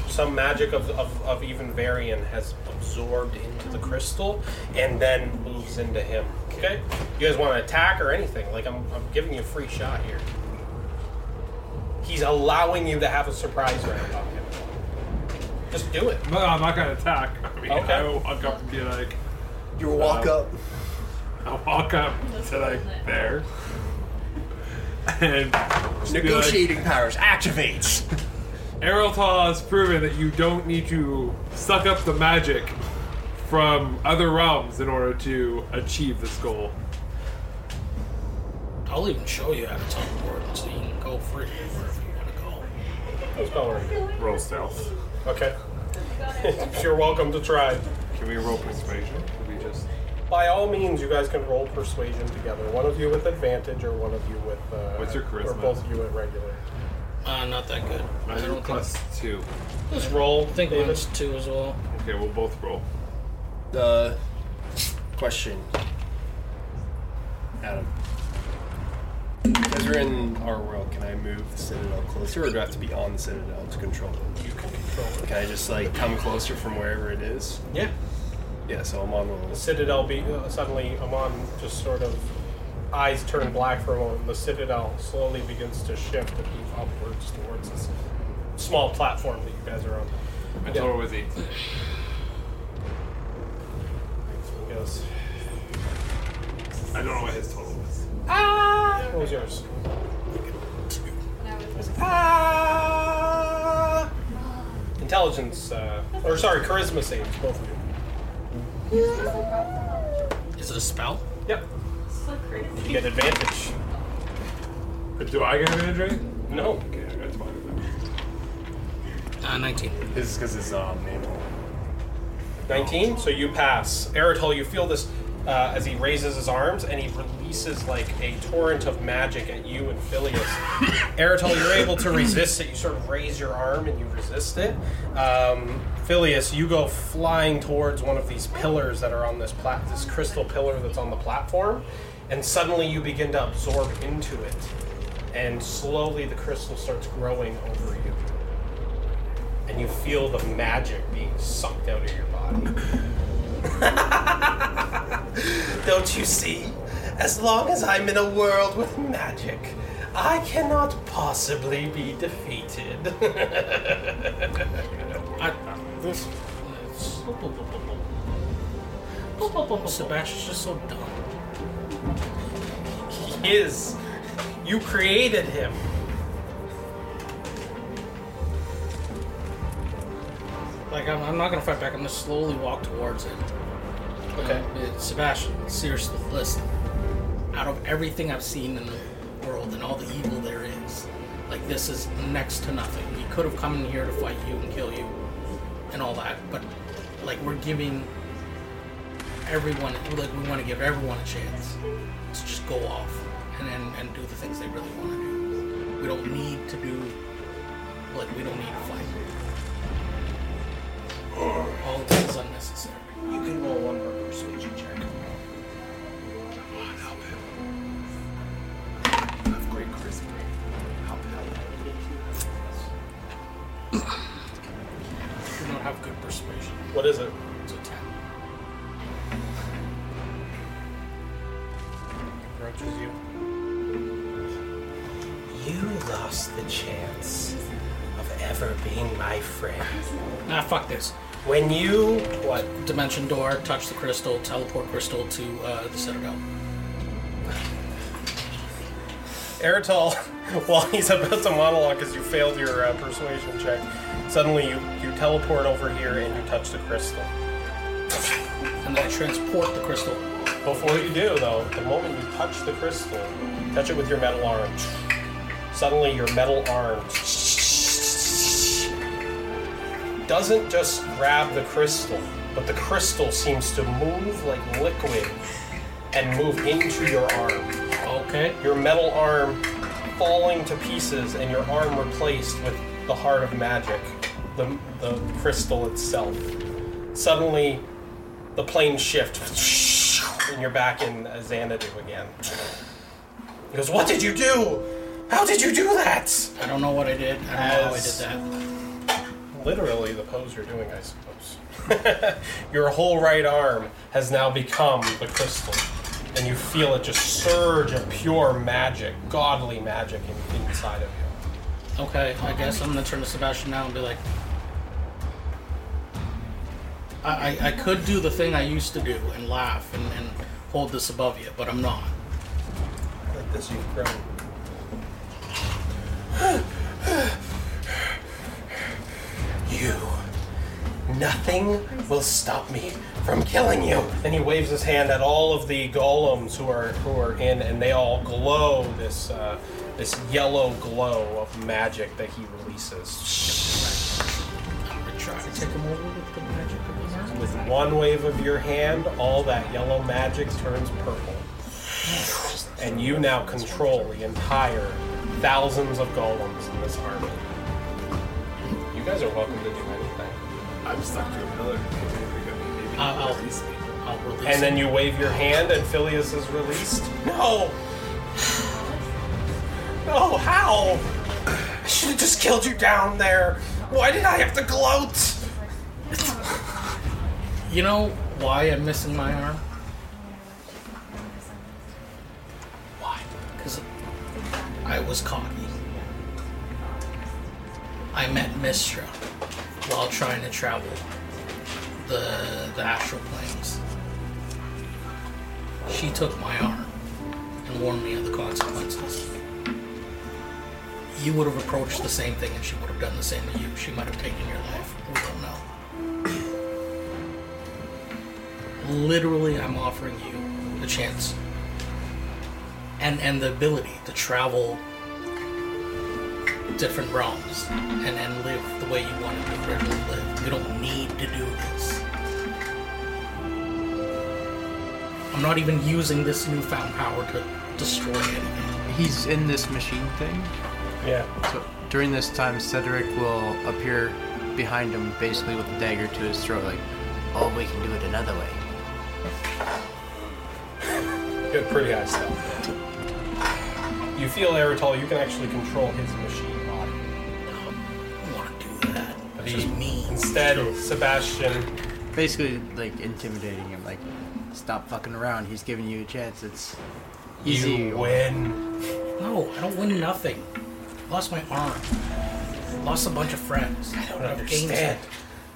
some magic of, of, of even Varian, has absorbed into the crystal and then moves into him. Okay? You guys want to attack or anything? Like, I'm, I'm giving you a free shot here. He's allowing you to have a surprise round on him. Just do it.
No, I'm not gonna attack. (laughs) I mean,
Okay.
I will walk up and be like,
You walk
Um,
Uh,
up.
I'll walk up to like there, (laughs) and just be like,
Negotiating powers activates.
Aeroltal has proven that you don't need to suck up the magic from other realms in order to achieve this goal.
I'll even show you how to teleport so you can go free wherever you want to go.
Let's go on.
Roll stealth.
Okay. (laughs) You're welcome to try.
Can we roll persuasion? Can we just?
By all means, you guys can roll persuasion together. One of you with advantage, or one of you with. Uh,
What's your
Or
charisma?
both of you at regular.
Uh, not that good. I
Mine
don't
plus two.
think.
Just roll.
I think
David.
mine's two as well.
Okay, we'll both roll.
The question, Adam.
Because we're in our world, can I move the citadel closer, or do I have to be on the citadel to control it? You can control it. Can I just like come closer from wherever it is?
Yeah.
Yeah, so I'm on
The
the
Citadel be uh, suddenly Amon just sort of eyes turn black for a moment. The Citadel slowly begins to shift and move upwards towards this small platform that you guys are on.
My total was eight.
He goes,
I don't know what his total was.
ah!
What
What was yours? Ah! Intelligence, uh, or sorry, charisma saves, both of you.
Is it a spell?
Yep.
So
You
crazy.
get advantage.
Do I get an injury?
No.
Okay, I got spotted then.
Uh, 19.
This is because it's uh,
(laughs)
manual.
19, so you pass. Eritol, you feel this uh, as he raises his arms and he releases like a torrent of magic at you and Phileas. Eritol, you're able to resist it. You sort of raise your arm and you resist it. Um, Phileas, you go flying towards one of these pillars that are on this plat- this crystal pillar that's on the platform, and suddenly you begin to absorb into it, and slowly the crystal starts growing over you and you feel the magic being sucked out of your body. (laughs) Don't you see? As long as I'm in a world with magic, I cannot possibly be defeated. (laughs)
I, this. Sebastian's just so dumb.
he is. You created him.
Like, I'm, I'm not gonna fight back. I'm gonna slowly walk towards it.
Okay.
Uh, Sebastian, seriously, listen. Out of everything I've seen in the world and all the evil there is, like, this is next to nothing. We could have come in here to fight you and kill you and all that, but, like, we're giving everyone, like, we want to give everyone a chance to just go off and, and, and do the things they really want to do. We don't need to do, like, we don't need to fight. All of this is unnecessary.
You can roll one more persuasion check.
You don't have good persuasion.
What is it?
It's a 10.
Approaches you. You lost the chance of ever being my friend.
Ah, fuck this.
When you what?
Dimension door, touch the crystal, teleport crystal to uh, the Citadel.
Eritol, (laughs) while he's about to monologue because you failed your uh, persuasion check, suddenly you, you teleport over here and you touch the crystal.
And then transport the crystal.
Before you do, though, the moment you touch the crystal, touch it with your metal arm. (sniffs) Suddenly, your metal arm (sniffs) doesn't just grab the crystal, but the crystal seems to move like liquid and move into your arm.
Okay.
your metal arm falling to pieces and your arm replaced with the heart of magic, the, the crystal itself. Suddenly, the plane shifts and you're back in uh, Xanadu again. He goes, What did you do? How did you do that?
I don't know what I did. I don't
As-
know how I did that.
Literally, the pose you're doing, I suppose. (laughs) your whole right arm has now become the crystal, and you feel it just surge of pure magic, godly magic in, inside of you.
Okay, I guess I'm gonna turn to Sebastian now and be like, I, I, I could do the thing I used to do and laugh and, and hold this above you, but I'm not.
Like this, you've grown. you. Nothing will stop me from killing you. And he waves his hand at all of the golems who are who are in, and they all glow this uh, this yellow glow of magic that he releases.
I'm gonna try to take him over with the magic of the arm.
With one wave of your hand, all that yellow magic turns purple. And you now control the entire thousands of golems in this army. You guys are welcome to do anything.
I'm stuck to a pillar. Maybe
Uh, I'll-
release me.
I'll release
And then
him.
you wave your hand, and Phileas is released. No! (sighs) No, how? I should have just killed you down there. Why did I have to gloat?
You know why I'm missing my arm? Why? Because I was cocky. I met Mistra while trying to travel the the astral planes. She took my arm and warned me of the consequences. You would have approached the same thing and she would have done the same to you. She might have taken your life. We don't know. Literally, I'm offering you the chance and, and the ability to travel different realms and, and live the way you wanted to originally live. You don't need to do this. I'm not even using this newfound power to destroy anything.
He's in this machine thing.
Yeah.
So during this time, Cedric will appear behind him, basically with a dagger to his throat, like, "Oh, we can do it another way."
Good, pretty high stuff. You feel, Eritol, you can actually control his machine body.
I don't want to do that. It's just
The-
me.
Instead, Sebastian,
Basically, like intimidating him, like, "Stop fucking around. He's giving you a chance. It's easy."
you win.
No, I don't win nothing. Lost my arm. Lost a bunch of friends. I
Don't understand.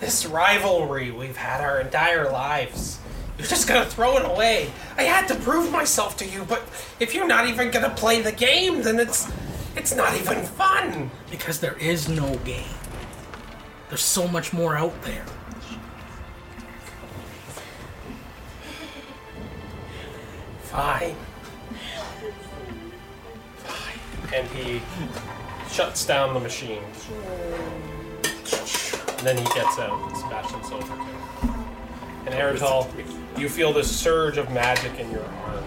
This rivalry we've had our entire lives. You're just gonna throw it away. I had to prove myself to you, but if you're not even gonna play the game, then it's it's not even fun.
Because there is no game. There's so much more out (laughs) there.
Fine. Fine. And he shuts down the machine. And then he gets out. and Sebastian's over him. And Herodol, you feel this surge of magic in your arm.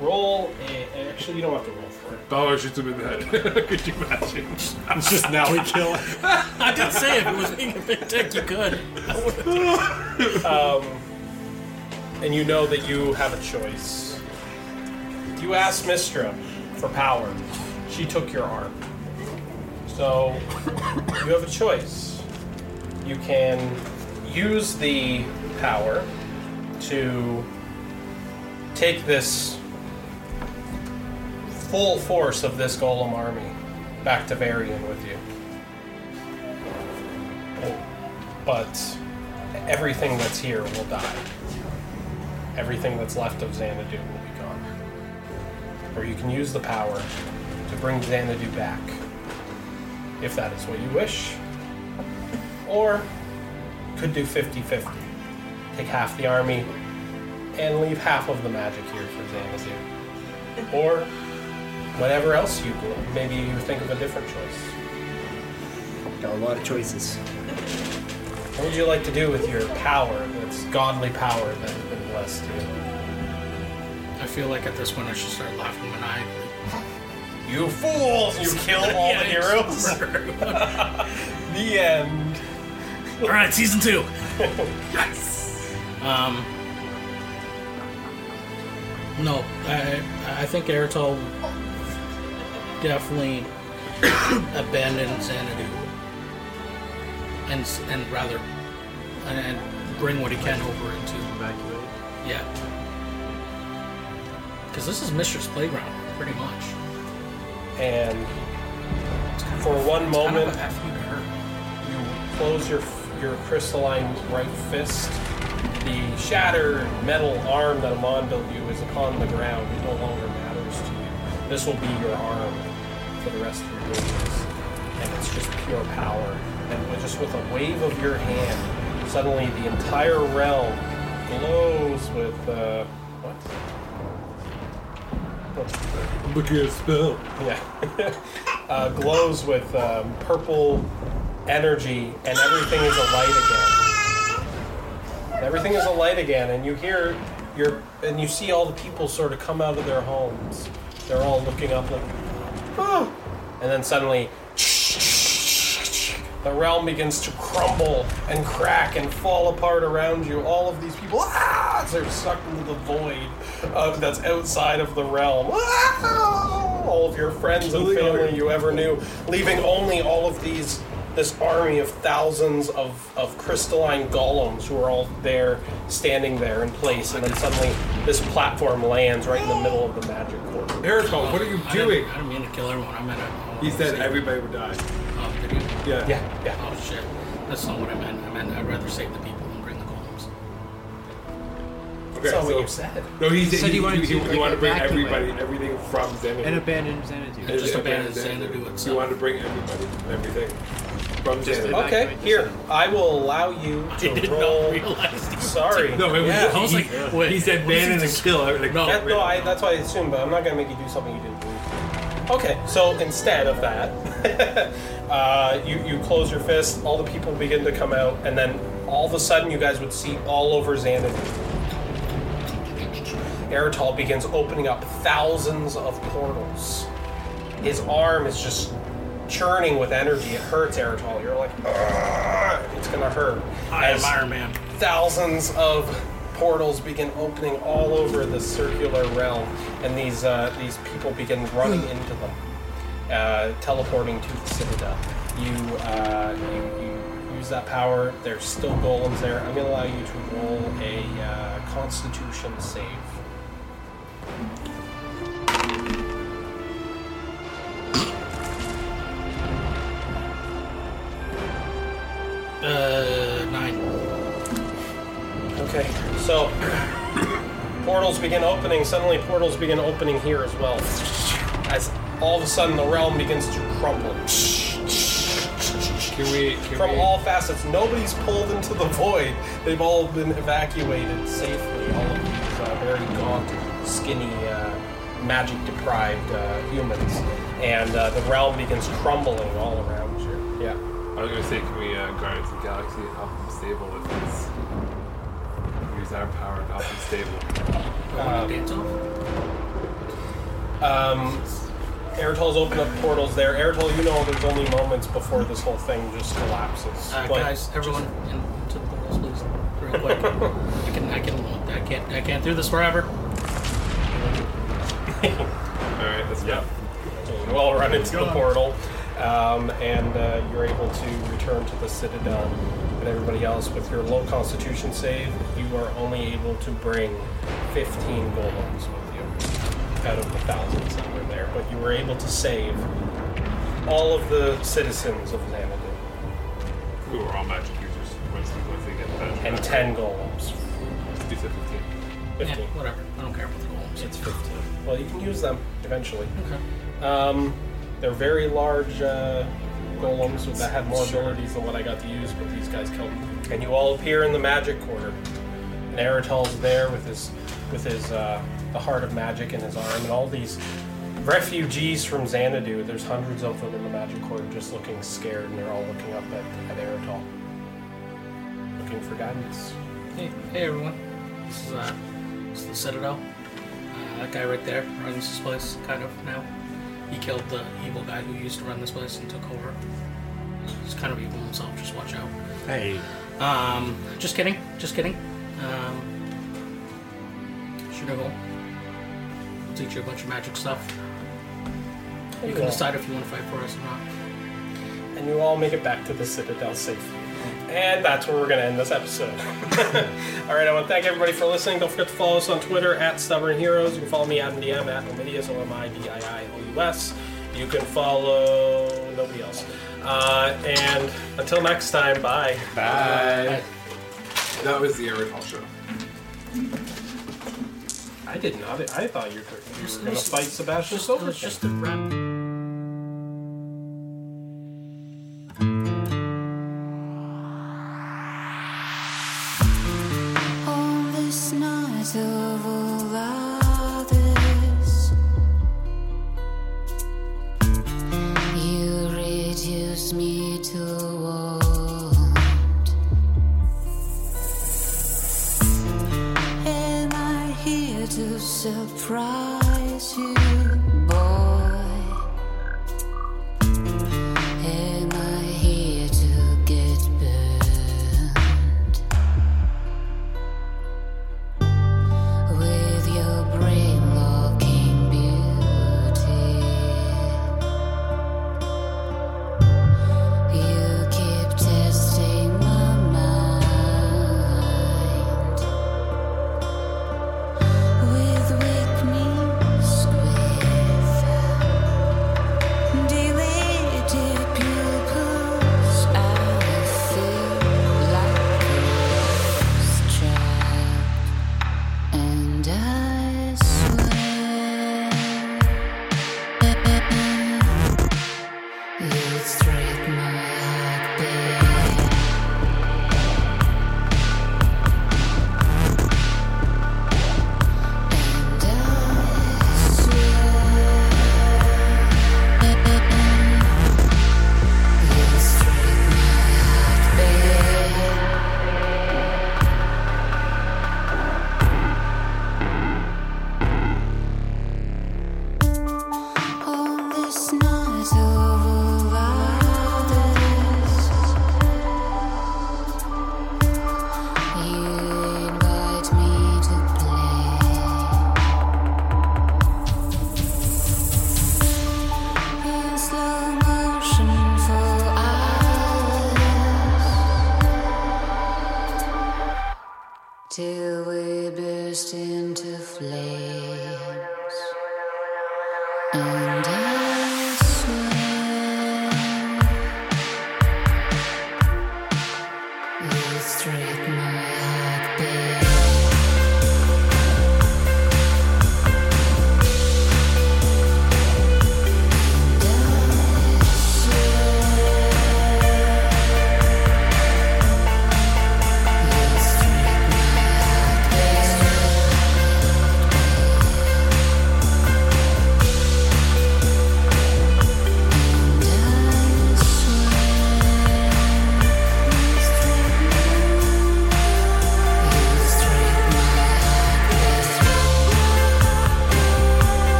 Roll a. Actually, you don't have to roll for it.
Dollar shoots him in the head. (laughs) Could you imagine?
It's just now we kill
I did say if it was being a big dick, you could.
and you know that you have a choice. You asked Mistra for power. She took your arm. So you have a choice. You can use the power to take this full force of this golem army back to Varian with you. But everything that's here will die everything that's left of Xanadu will be gone. Or you can use the power to bring Xanadu back, if that is what you wish. Or could do 50 50. Take half the army and leave half of the magic here for Xanadu. Or whatever else you do. Maybe you think of a different choice.
Got a lot of choices.
What would you like to do with your power, that's godly power that you've been blessed to?
I feel like at this point I should start laughing maniacally.
You fools! (laughs) You kill all the heroes. the end.
All right, season two.
(laughs)
yes. Um. No, I I think Eritol definitely (coughs) abandoned Xanadu and s- and rather and, and bring what he can over into
Evacuate.
yeah. Because this is Mistress Playground, pretty much.
And for one
Kind of
moment,
a F you to her.
you close your your crystalline right fist. The shattered metal arm that Amon built you is upon the ground. It no longer matters to you. This will be your arm for the rest of your days. And it's just pure power. And with- just with a wave of your hand, suddenly the entire realm glows with uh, what?
Look at his spell.
Yeah. (laughs) uh, glows with um, purple energy, and everything is alight again. Everything is alight again, and you hear your and you see all the people sort of come out of their homes. They're all looking up like, oh, and then suddenly. The realm begins to crumble and crack and fall apart around you. All of these people, ah, they're sucked into the void of, that's outside of the realm. Ah! all of your friends and family you ever knew, leaving only all of these, this army of thousands of, of crystalline golems who are all there, standing there in place. And then suddenly this platform lands right in the middle of the magic order.
Aerosol, what are you
I didn't-
doing?
I didn't mean to kill everyone. I meant to.
He said everybody would die.
Oh, did you?
Yeah.
Yeah, yeah.
Oh shit. That's not what I meant. I meant I'd rather save the people than bring the golems.
That's
not what you said.
No, he,
said he wanted to,
he, wanted
like, go
to bring
back to
everybody, everything from Xanadu.
And abandoned Xanadu.
And
Just abandon
Xanadu.
Xanadu
He
itself.
wanted to bring everybody, everything from
Just
Xanadu.
about-
Okay, here. I will allow you
I
to
did
roll.
not realize these.
Sorry.
No, it was,
Yeah.
I was like, wait,
he said
what is
ban and
this?
kill. I was like,
No.
That- no, I, that's what I assumed, but I'm not gonna make you do something you didn't believe. Okay, so instead of that, (laughs) uh, you you close your fist. All the people begin to come out, and then all of a sudden, you guys would see all over Xanadu. Eritol begins opening up thousands of portals. His arm is just churning with energy. It hurts Eritol. You're like, "Ugh, it's gonna hurt.
I am
As-
Iron Man.
thousands of portals begin opening all over the circular realm, and these uh, these people begin running into them, uh, teleporting to the citadel. You, uh, you you use that power. There's still golems there. I'm gonna allow you to roll a uh, Constitution save.
Uh, nine.
Okay, so portals begin opening. Suddenly, portals begin opening here as well. As all of a sudden, the realm begins to crumble.
Can we? Can
from
we,
all facets. Nobody's pulled into the void. They've all been evacuated safely. All of these uh, very gaunt, skinny, uh, magic-deprived uh, humans, and uh, the realm begins crumbling all around you. Yeah.
I was gonna say, can we uh, Guardians of the Galaxy and help him stable with his use our power to help him stable?
Dance off.
Um, Airtol's opened up portals there. Airtol, you know, there's only moments before this whole thing just collapses.
Uh,
Like,
guys, everyone into the portals, please, real quick. I can, I can, I can't, I can't do this forever.
All right, let's go.
You all run into the portal, um, and uh, you're able to return to the Citadel. But everybody else, with your low Constitution save, you are only able to bring 15 golems with you out of the thousands that were there. But you were able to save all of the citizens of Xanadu
We were all magic users once we once they get the badge.
and 10 golems.
You said fifteen.
Yeah,
15.
whatever. I don't care about the golems.
It's 15. Well, you can use them eventually.
Okay.
Um, they're very large uh, golems that had more abilities than what I got to use, but these guys killed me. And you all appear in the magic quarter. And Aratol's there with his with his uh, the heart of magic in his arm, and all these refugees from Xanadu. There's hundreds of them in the magic quarter, just looking scared, and they're all looking up at, at Aratol, looking for guidance.
Hey, hey everyone. This is uh, this is the Citadel. Uh, that guy right there runs this place, kind of now. He killed the evil guy who used to run this place and took over. He's kind of evil himself. Just watch out.
Hey,
Um, just kidding. Just kidding. Um, shoot a goal. I'll teach you a bunch of magic stuff. You can
Yeah.
decide if you want to fight for us or not.
and you all make it back to the Citadel safely. And that's where we're going to end this episode. (laughs) all right, I want to thank everybody for listening. Don't forget to follow us on Twitter at Stubborn Heroes. You can follow me at MDM at Omidius, O M I D I I O U S. You can follow nobody else. Uh, and until next time, bye.
Bye. That was the Aerotol show.
I did not. I thought you were, going to fight Sebastian
It was
Silverstein.
just a wrap.
All this noise of all others. You reduce me to want. Am I here to surprise you, boy? Am I here to get burned? With your brain looking beauty, you keep testing my mind with weak knees, with And